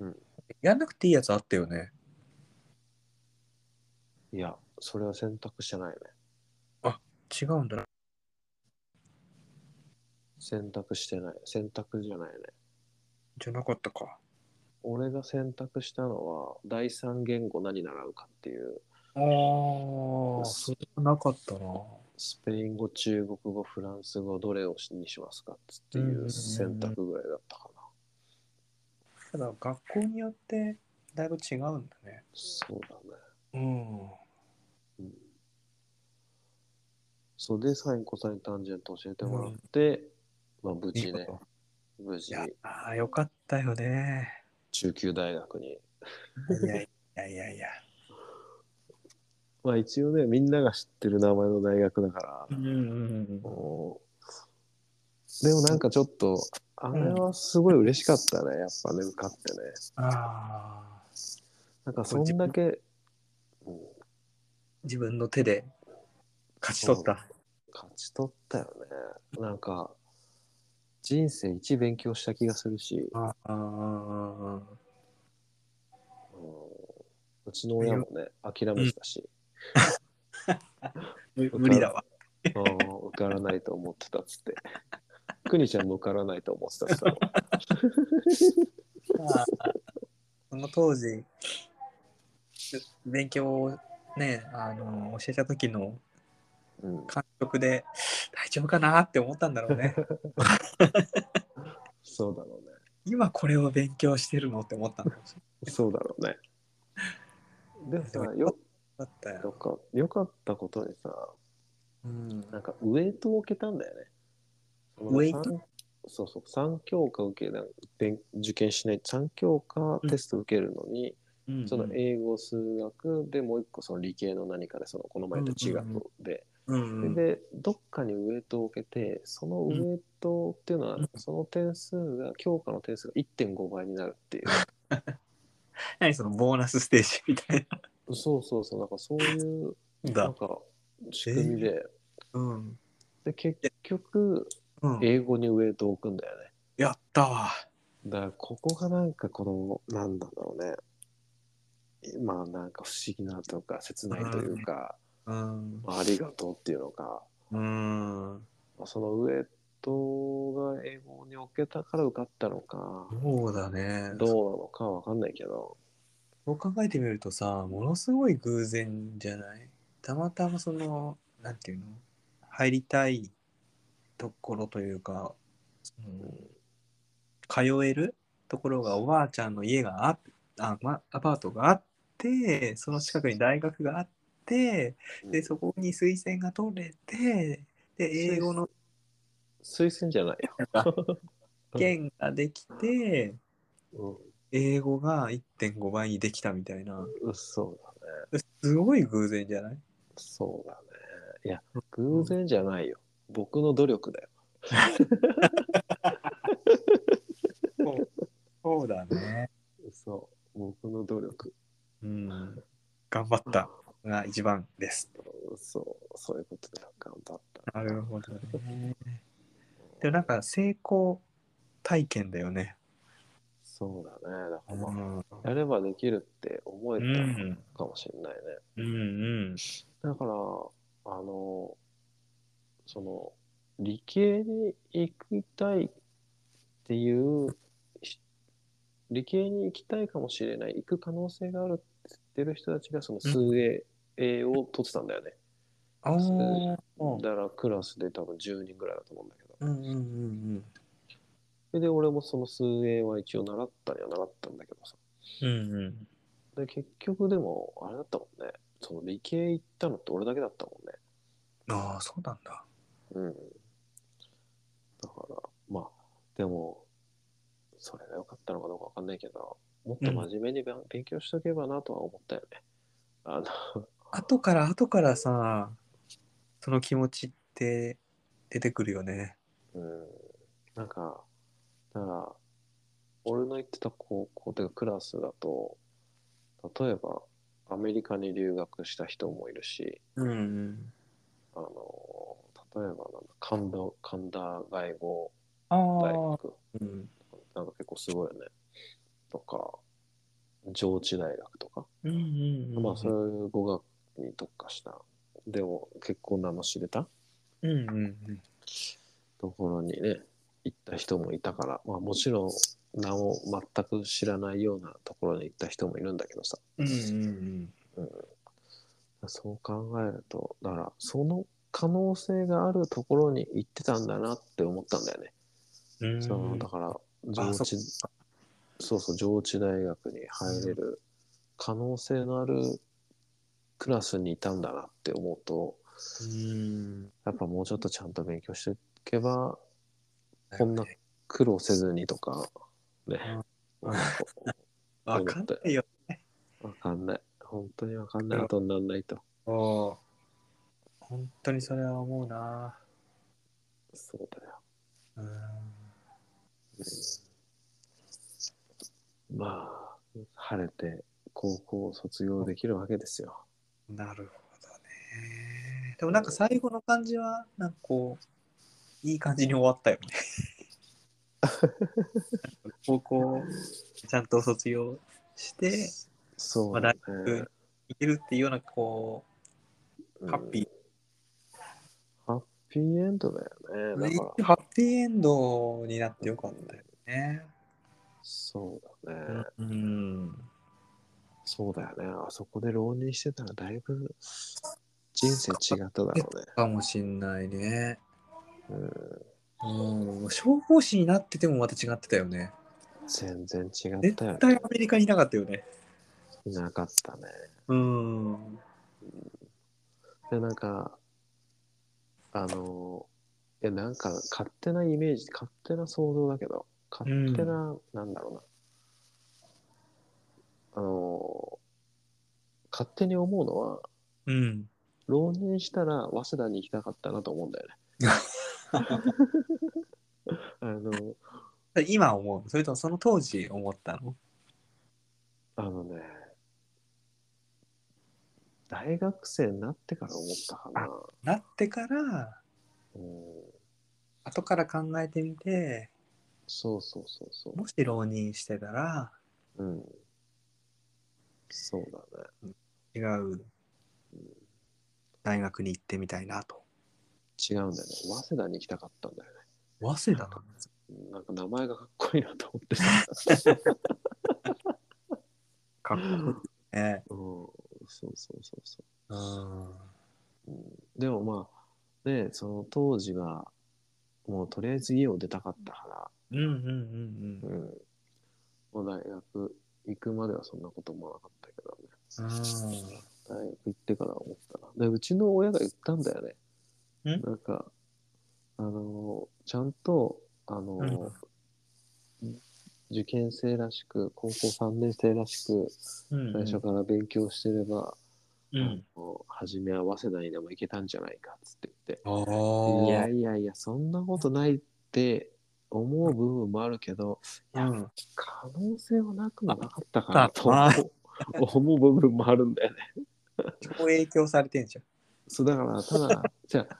S1: うん
S2: やんなくていいやつあったよね。
S1: いや、それは選択してないね。
S2: 違うんだな。
S1: 選択してない。選択じゃないね。
S2: じゃなかったか。
S1: 俺が選択したのは、第三言語何習うかっていう、
S2: ああ、それはなかったな。
S1: スペイン語、中国語、フランス語、どれをしにしますかって
S2: うんうん
S1: い
S2: うんう
S1: うん選択ぐらいだったかな。
S2: ただ、学校によってだいぶ違うんだね。
S1: そうだね。
S2: うん。
S1: そうで、サイン、コサイン、タンジェント教えてもらって、まあ無
S2: い
S1: 事
S2: い
S1: ね、
S2: こ
S1: 無
S2: と。い
S1: 事
S2: や、あーよかったよね。
S1: 中級大学に。
S2: いやいやいやいや。
S1: まあ一応ね、みんなが知ってる名前の大学だから、
S2: うんうん
S1: おーでもなんかちょっと、あれはすごい嬉しかったね、やっぱね、受かってね。
S2: ああ、
S1: なんかそんだけ、うん
S2: 自分の手で勝ち取った。
S1: 勝ち取ったよね。なんか、人生一勉強した気がするし、
S2: ああ。
S1: うんうちの親もね、諦めてたし、
S2: 無無理だわ。
S1: うん受からないと思ってたっつって。くにちゃんも受からないと思ってたっつったもん
S2: あーその当時、勉強をね、あの、教えた時の
S1: うん、
S2: 感触で、大丈夫かなって思ったんだろうね。
S1: そうだろうね。
S2: 今これを勉強してるのって思ったんだろうし
S1: そうだろうね。でもさ
S2: でも
S1: よ
S2: だったよ。
S1: よか、よかったことにさ、
S2: うん
S1: なんかウェイトを受けたんだよね。
S2: ウェイト
S1: その三そうそう、3教科受けな勉受験しない、3教科テスト受けるのに、
S2: うん
S1: その英語、数学でもう一個その理系の何かで、そのこの前言った地学で、
S2: うんうん
S1: で、どっかにウェイトを受けて、そのウェイトっていうのは、
S2: うん
S1: その点数が、教科の点数が1.5倍になるっていう。
S2: 何そのボーナスステージみたい
S1: そうそうそう、なんかそういう、
S2: な。
S1: なんか仕組みで、
S2: [LAUGHS] うん。
S1: で、結局、
S2: うん、
S1: 英語にウェイトを置くんだよね。
S2: やったわ。
S1: だからここがなんかこのなんだろうねまあなんか不思議なというか切ないというか、
S2: うん。
S1: まあ、ありがとうっていうのか
S2: うん。
S1: まあその上とが英語に置けたから受かったのか
S2: そうだね。
S1: どうなのかわかんないけど
S2: そう考えてみるとさ、ものすごい偶然じゃないたまたまその、なんていうの入りたいところというか、その通えるところがおばあちゃんの家がああ、ま、アパートがあって、その近くに大学があって、で、そこに推薦が取れて、で、英語の
S1: 推薦じゃない
S2: 件ができて、
S1: よ、
S2: 英語が1.5倍にできたみたいな。
S1: うん、そうだ
S2: すごい偶然じゃない
S1: そうだねいや偶然じゃないよ、僕の努力だよ
S2: そうそうだね。
S1: そう僕の努力
S2: うん。頑張ったが一番です。
S1: そうそういうことで頑張った
S2: なるほどね。でもなんか成功体験だよね。
S1: そうだね。だから
S2: う
S1: ま
S2: ん。
S1: あ、やればできるって思
S2: う
S1: えた
S2: ん
S1: かもしれないね。
S2: うん。
S1: だから、あの、その、理系に行きたいっていう、し理系に行きたいかもしれない、行く可能性があるって言ってる人たちが、その数英、英を取ってたんだよね。
S2: ああ。うん
S1: だからクラスで多分10人ぐらいだと思うんだけど。
S2: うんうんうん。
S1: それで、俺もその数英は一応習ったには習ったんだけどさ。
S2: うんうん。
S1: で結局でもあれだったもんねその理系行ったのって俺だけだったも
S2: ああ、そうなんだ。
S1: んねうんだからまあでもそれが良かったのかどうか分かんないけどもっと真面目に勉勉強しとけばなとは思ったよね。あの、
S2: 後から後からさその気持ちって出てくるよね
S1: うん、なんか、だから、俺の行ってた高校というかクラスだと、例えばアメリカに留学した人もいるし、
S2: うん
S1: あの、例えばなんだ神田、神田外語
S2: ああ
S1: 大学
S2: うん
S1: なんか結構すごいよね。とか、上智大学とか、
S2: うんうんうん
S1: まあそういう語学に特化した、でも結構名の知れた
S2: うんうん
S1: ところにね行った人もいたから、まあ、もちろん名を全く知らないようなところに行った人もいるんだけどさ
S2: うんうんうん
S1: そう考えるとだからその可能性があるところに行ってたんだなって思ったんだよね。
S2: うん
S1: そのだから上
S2: あそ
S1: 智そうそう上智大学に入れる可能性のあるクラスにいたんだなって思うと
S2: うん
S1: やっぱもうちょっとちゃんと勉強していけばこんな苦労せずにとかね。 [LAUGHS]
S2: うん
S1: なんか
S2: わかんないよ
S1: わかんない。本当にわかんないことになんないと。
S2: 本当にそれは思うな
S1: そうだよ。
S2: うん
S1: うんまあ、晴れて高校を卒業できるわけですよ。
S2: なるほどねでもなんか最後の感じはなんかこういい感じに終わったよね高校ちゃんと卒業して
S1: そうだね。
S2: いけるっていうようなこ
S1: うん
S2: ハッピー。
S1: ハッピーエンドだよ
S2: う
S1: ね。だから、
S2: ハッピーエンドになってよかったよね
S1: そうだね。
S2: うん
S1: そうだよね。あそこで浪人してたらだいぶ人生違っただろうね。
S2: かもしんないね
S1: うん、
S2: うん消防士になっててもまた違ってたよね
S1: 全然違っ
S2: 絶
S1: たよ
S2: 対
S1: ね
S2: ア。メリカにいなかったよね
S1: いなかったね。
S2: うん
S1: でなんかあのいやなんか勝手なイメージ勝手な想像だけど勝手な、なんだろうなあの勝手に思うのは
S2: うん
S1: 浪人したら早稲田に行きたかったなと思うんだよね。あの
S2: 今思うそれともその当時思ったの
S1: あのね大学生になってから思ったかな。
S2: なってから
S1: うん、
S2: 後から考えてみて
S1: そうそうそうそう。
S2: もし浪人してたら
S1: うん。そうだね。
S2: 違う大学に行ってみたいなと
S1: 違うんだよね。早稲田に行きたかったんだよね
S2: 早稲田と
S1: うん。なんか名前がかっこいいなと思ってさ。
S2: かっこいいね
S1: うん、そうそうそうそ
S2: うん
S1: う、うん。でもまあ、ね、その当時は、もうとりあえず家を出たかったか
S2: うんうん
S1: ら、うん。もう大学行くまではそんなこともなかったけどね。
S2: うんうん
S1: 大学行ってから思ったな。で、うちの親が言ったんだよね。
S2: ん
S1: なんか、あのー、ちゃんと、あのー、受験生らしく、高校3年生らしく、
S2: うん
S1: 最初から勉強してれば、
S2: うん
S1: あの初めは早稲田にでも行けたんじゃないかっつって言って、
S2: あ
S1: いや
S2: あ
S1: いやいや、そんなことないって思う部分もあるけど、いや、
S2: うん
S1: 可能性はなくもなかったかなと
S2: あ
S1: 思う部分もあるんだよね。
S2: 超影響されてんじゃん
S1: そうだから、た [LAUGHS] だ、じゃあ、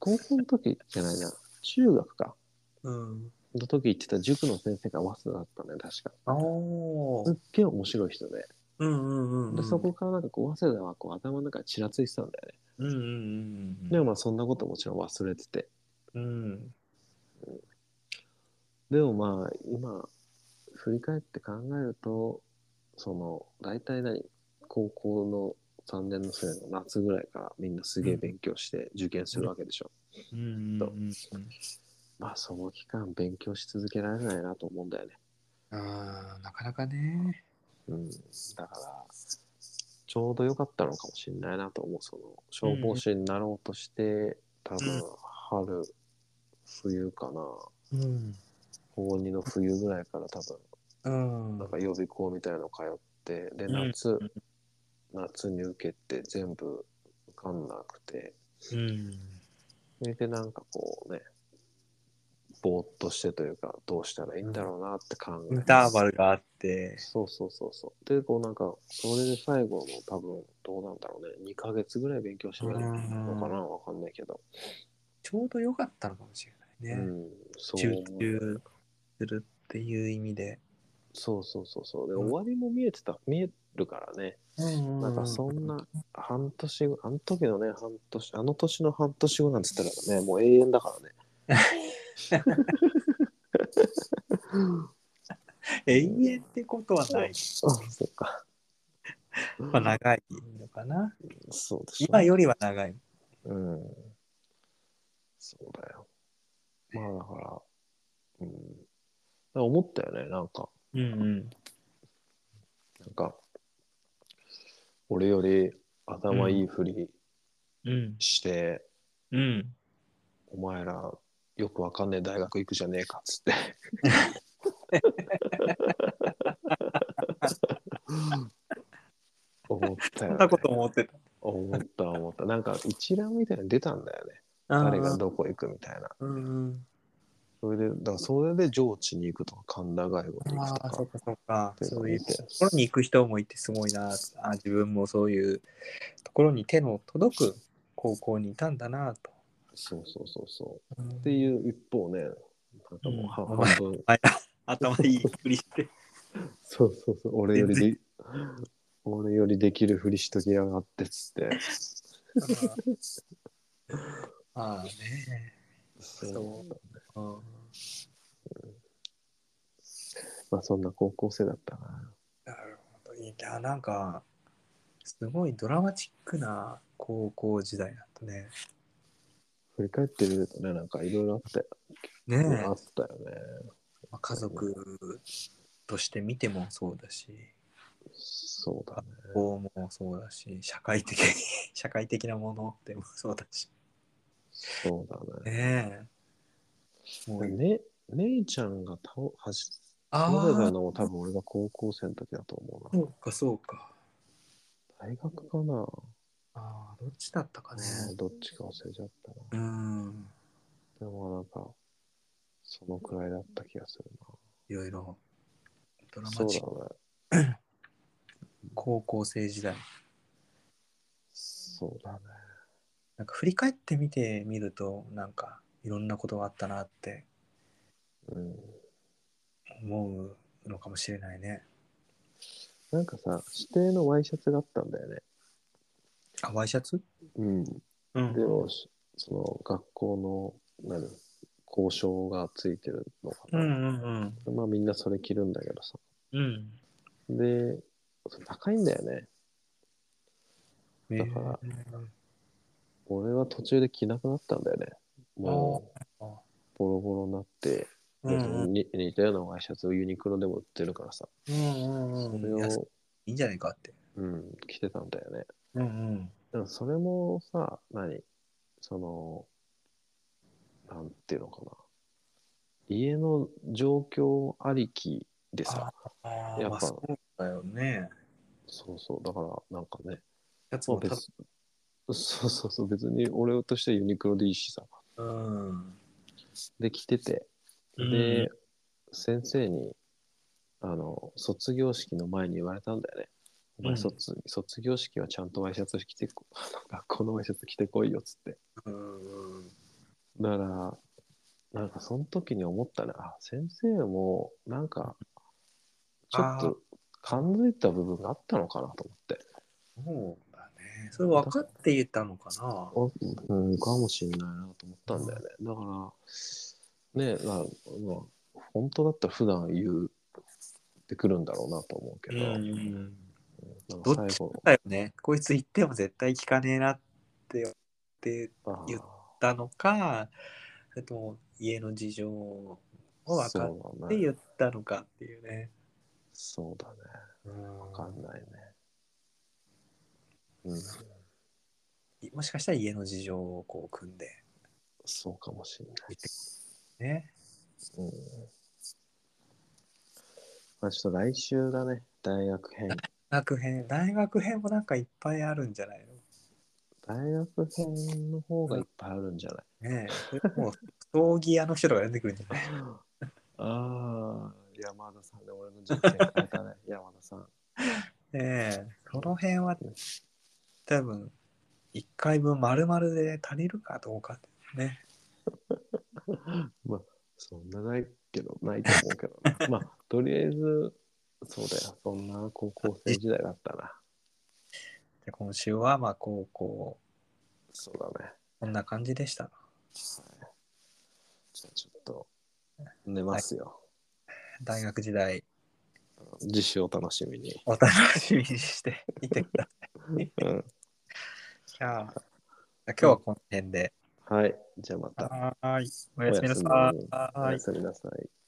S1: 高校の時じゃないな、中学か。
S2: うん
S1: の時行ってた塾の先生が早稲田だったんだよ、確か。
S2: ああうん
S1: すっげえ面白い人で。
S2: うんうん
S1: で、そこからなんかこう、早稲田はこう頭の中にちらついてたんだよね。
S2: うんうんうん
S1: でもまあ、そんなこともちろん忘れてて。
S2: うん
S1: でもまあ、今、振り返って考えると、その、大体何高校の3年の生の夏ぐらいからみんなすげえ勉強して受験するわけでしょ。
S2: うんうんうん
S1: まあ、その期間勉強し続けられないなと思うんだよね。
S2: あーなかなかね
S1: うん、だからちょうど良かったのかもしれないなと思うその消防士になろうとして、多分春冬かな
S2: うん
S1: 高2の冬ぐらいから多分
S2: うん
S1: なんか予備校みたいなの通ってで
S2: うん
S1: 夏、
S2: ん
S1: 夏に受けて全部受かんなくて
S2: うん
S1: それでなんかこうねぼーっとしてというかどうしたらいいんだろうなって考え
S2: イ
S1: て
S2: ンターバルがあって
S1: そうそうそうそうでこうなんかそれで最後の多分どうなんだろうね2ヶ月ぐらい勉強してないのかなわかんないけど、
S2: ちょうど良かったのかもしれ
S1: う
S2: ないね、
S1: ん、そう
S2: 集
S1: 思う
S2: 中するっていう意味で、
S1: そうそうそうそうで、
S2: うん
S1: 終わりも見えてた見えるからねなんかそんな半年後あの時のね半年あの年の半年後なんて言ったらねもう永遠だからね
S2: 永遠ってことはない、
S1: あそうか
S2: [LAUGHS] まあ、長いのかな
S1: そうでしょ
S2: 今よりは長い
S1: うんそうだよまあだからうんだから思ったよねなんか
S2: うん
S1: なんか俺より頭いいふり
S2: うんうん
S1: して、
S2: うん
S1: お前らよくわかんねえ大学行くじゃねえかっつって
S2: [LAUGHS]
S1: 思ったよ、
S2: そ
S1: ね
S2: んな、こと思ってた
S1: 思った思ったなんか一覧みたいなの出たんだよね
S2: あー
S1: 誰がどこ行くみたいな
S2: うん
S1: それでだからそれで上智に行くとか神田外語に行
S2: あ
S1: くと
S2: あ
S1: か
S2: そうかそうか
S1: っていうの
S2: そ
S1: を
S2: うい
S1: 見
S2: うと
S1: て
S2: ころに行く人もいてすごいなあ自分もそういうところに手の届く高校にいたんだなと、
S1: そうそうそうそううって
S2: ん、
S1: いう一方ねなんかもう半
S2: うん
S1: 半分
S2: 頭いいふり [LAUGHS] して
S1: そうそうそう、俺よりで、俺よりできるふりしときやがってっつって。
S2: ああね。
S1: そう
S2: うん
S1: まあそんな高校生だったな。
S2: なるほど。いや、なんか、すごいドラマチックな高校時代だったね。
S1: 振り返ってみるとね、なんかいろいろあったよ、
S2: ねえ、
S1: あ
S2: ま
S1: ったよね。
S2: あ、家族として見てもそうだし、
S1: そうだね。
S2: 高校もそうだし、社会的に、 [LAUGHS] 社会的なものでも [LAUGHS] そうだし。
S1: そうだね。
S2: ねえ。もう、
S1: ね、姉ちゃんが倒はじ
S2: あ
S1: 倒れた
S2: あ、
S1: のも多分俺が高校生の時だと思う
S2: そ
S1: な。
S2: うか、そうか。
S1: 大学かな、
S2: ああ、どっちだったかね。
S1: どっちか忘れちゃったな。
S2: うん。
S1: でもなんか、そのくらいだった気がする
S2: いろいろ。ド
S1: な。
S2: ラマ
S1: そう
S2: チ
S1: だ
S2: ック
S1: ね。
S2: 高校生時代。
S1: そうだね。
S2: なんか振り返ってみてみると、なんかいろんなことがあったなって
S1: うん
S2: 思うのかもしれないね。
S1: なんかさ、指定のワイシャツがあったんだよね。
S2: あ、ワイシャツ
S1: うん。
S2: うん
S1: でも、しその学校の、何交渉がついてるのか
S2: うんう
S1: な。
S2: ん
S1: まあみんなそれ着るんだけどさ。
S2: うん。うん。
S1: で、それ高いんだよね。だから
S2: え
S1: 俺は途中で着なくなったんだよね。もう
S2: あー、
S1: ボロボロになって、
S2: ーうん
S1: に似たようなワイシャツをユニクロでも売ってるからさ。
S2: うんうん
S1: そ
S2: うん
S1: れ
S2: うん。いやい
S1: を、
S2: いんじゃないかって。
S1: うん、着てたんだよね。
S2: うんうん。
S1: でもそれもさ、何その、なんていうのかな。家の状況ありきでさ、
S2: あ
S1: や
S2: あ、
S1: っぱ
S2: まあそうだよね。
S1: そうそう、だからなんかね、
S2: シャツ
S1: まあ
S2: もた
S1: 別、 [LAUGHS] そうそうそう、別に俺としてはユニクロでいいしさ、
S2: うん。
S1: で、着てて、で、
S2: うん
S1: 先生に、あの、卒業式の前に言われたんだよね。お
S2: う
S1: 前
S2: ん
S1: 卒、卒業式はちゃんとワイシャツ着てこ、 [LAUGHS] 学校のワイシャツ着てこいよっつって。
S2: うんうん。
S1: だから、なんかその時に思ったね、あ、先生も、なんか、ちょっと感づいた部分があったのかなと思って。
S2: そうだね。それ分かって言ったのかな。
S1: あうん、かもしれないなと思ったんだよね。だから、ねえ、まあ、まあ、本当だったら普段言ってくるんだろうなと思うけ
S2: うん
S1: ど、
S2: うん。
S1: なん
S2: ど
S1: か
S2: っち
S1: 最後、
S2: だよね。こいつ言っても絶対聞かねえなってって
S1: あー
S2: 言ったのか、それとも家の事情を分かっ
S1: そうだ
S2: て
S1: ね。
S2: 言ったのかっていうね。
S1: そうだね。わかんないね。うん、
S2: もしかしたら家の事情をこう組んで、
S1: そうかもしれない。
S2: ね。
S1: うんまあ、ちょっと来週だね、大学編。
S2: 大学編、大学編もなんかいっぱいあるんじゃない
S1: 大学編の方がいっぱいあるんじゃない、
S2: のねえ。それもう、葬儀屋の人が出てくるんじゃない
S1: ああ、山田さんで俺の人生変えたね、山田さん。
S2: ねえ。その辺は、多分、一回分丸々で足りるかどうかってね。
S1: まあ、そんなないけど、ないと思うけど [LAUGHS] な。まあ、とりあえず、そうだよ、そんな高校生時代だったな。
S2: で今週は、まあ、こう、こ
S1: そうだね。
S2: う、こんな感じでした。
S1: じゃあちょっと、寝ますよ。
S2: 大学時代、
S1: 次週お楽しみに。
S2: お楽しみに [LAUGHS] していてください。
S1: うん、
S2: じゃあ、今日はこの辺で。
S1: はい、じゃあまた。
S2: はい。おやすみな
S1: おや
S2: さ
S1: すみ
S2: い。
S1: おやすみなさい。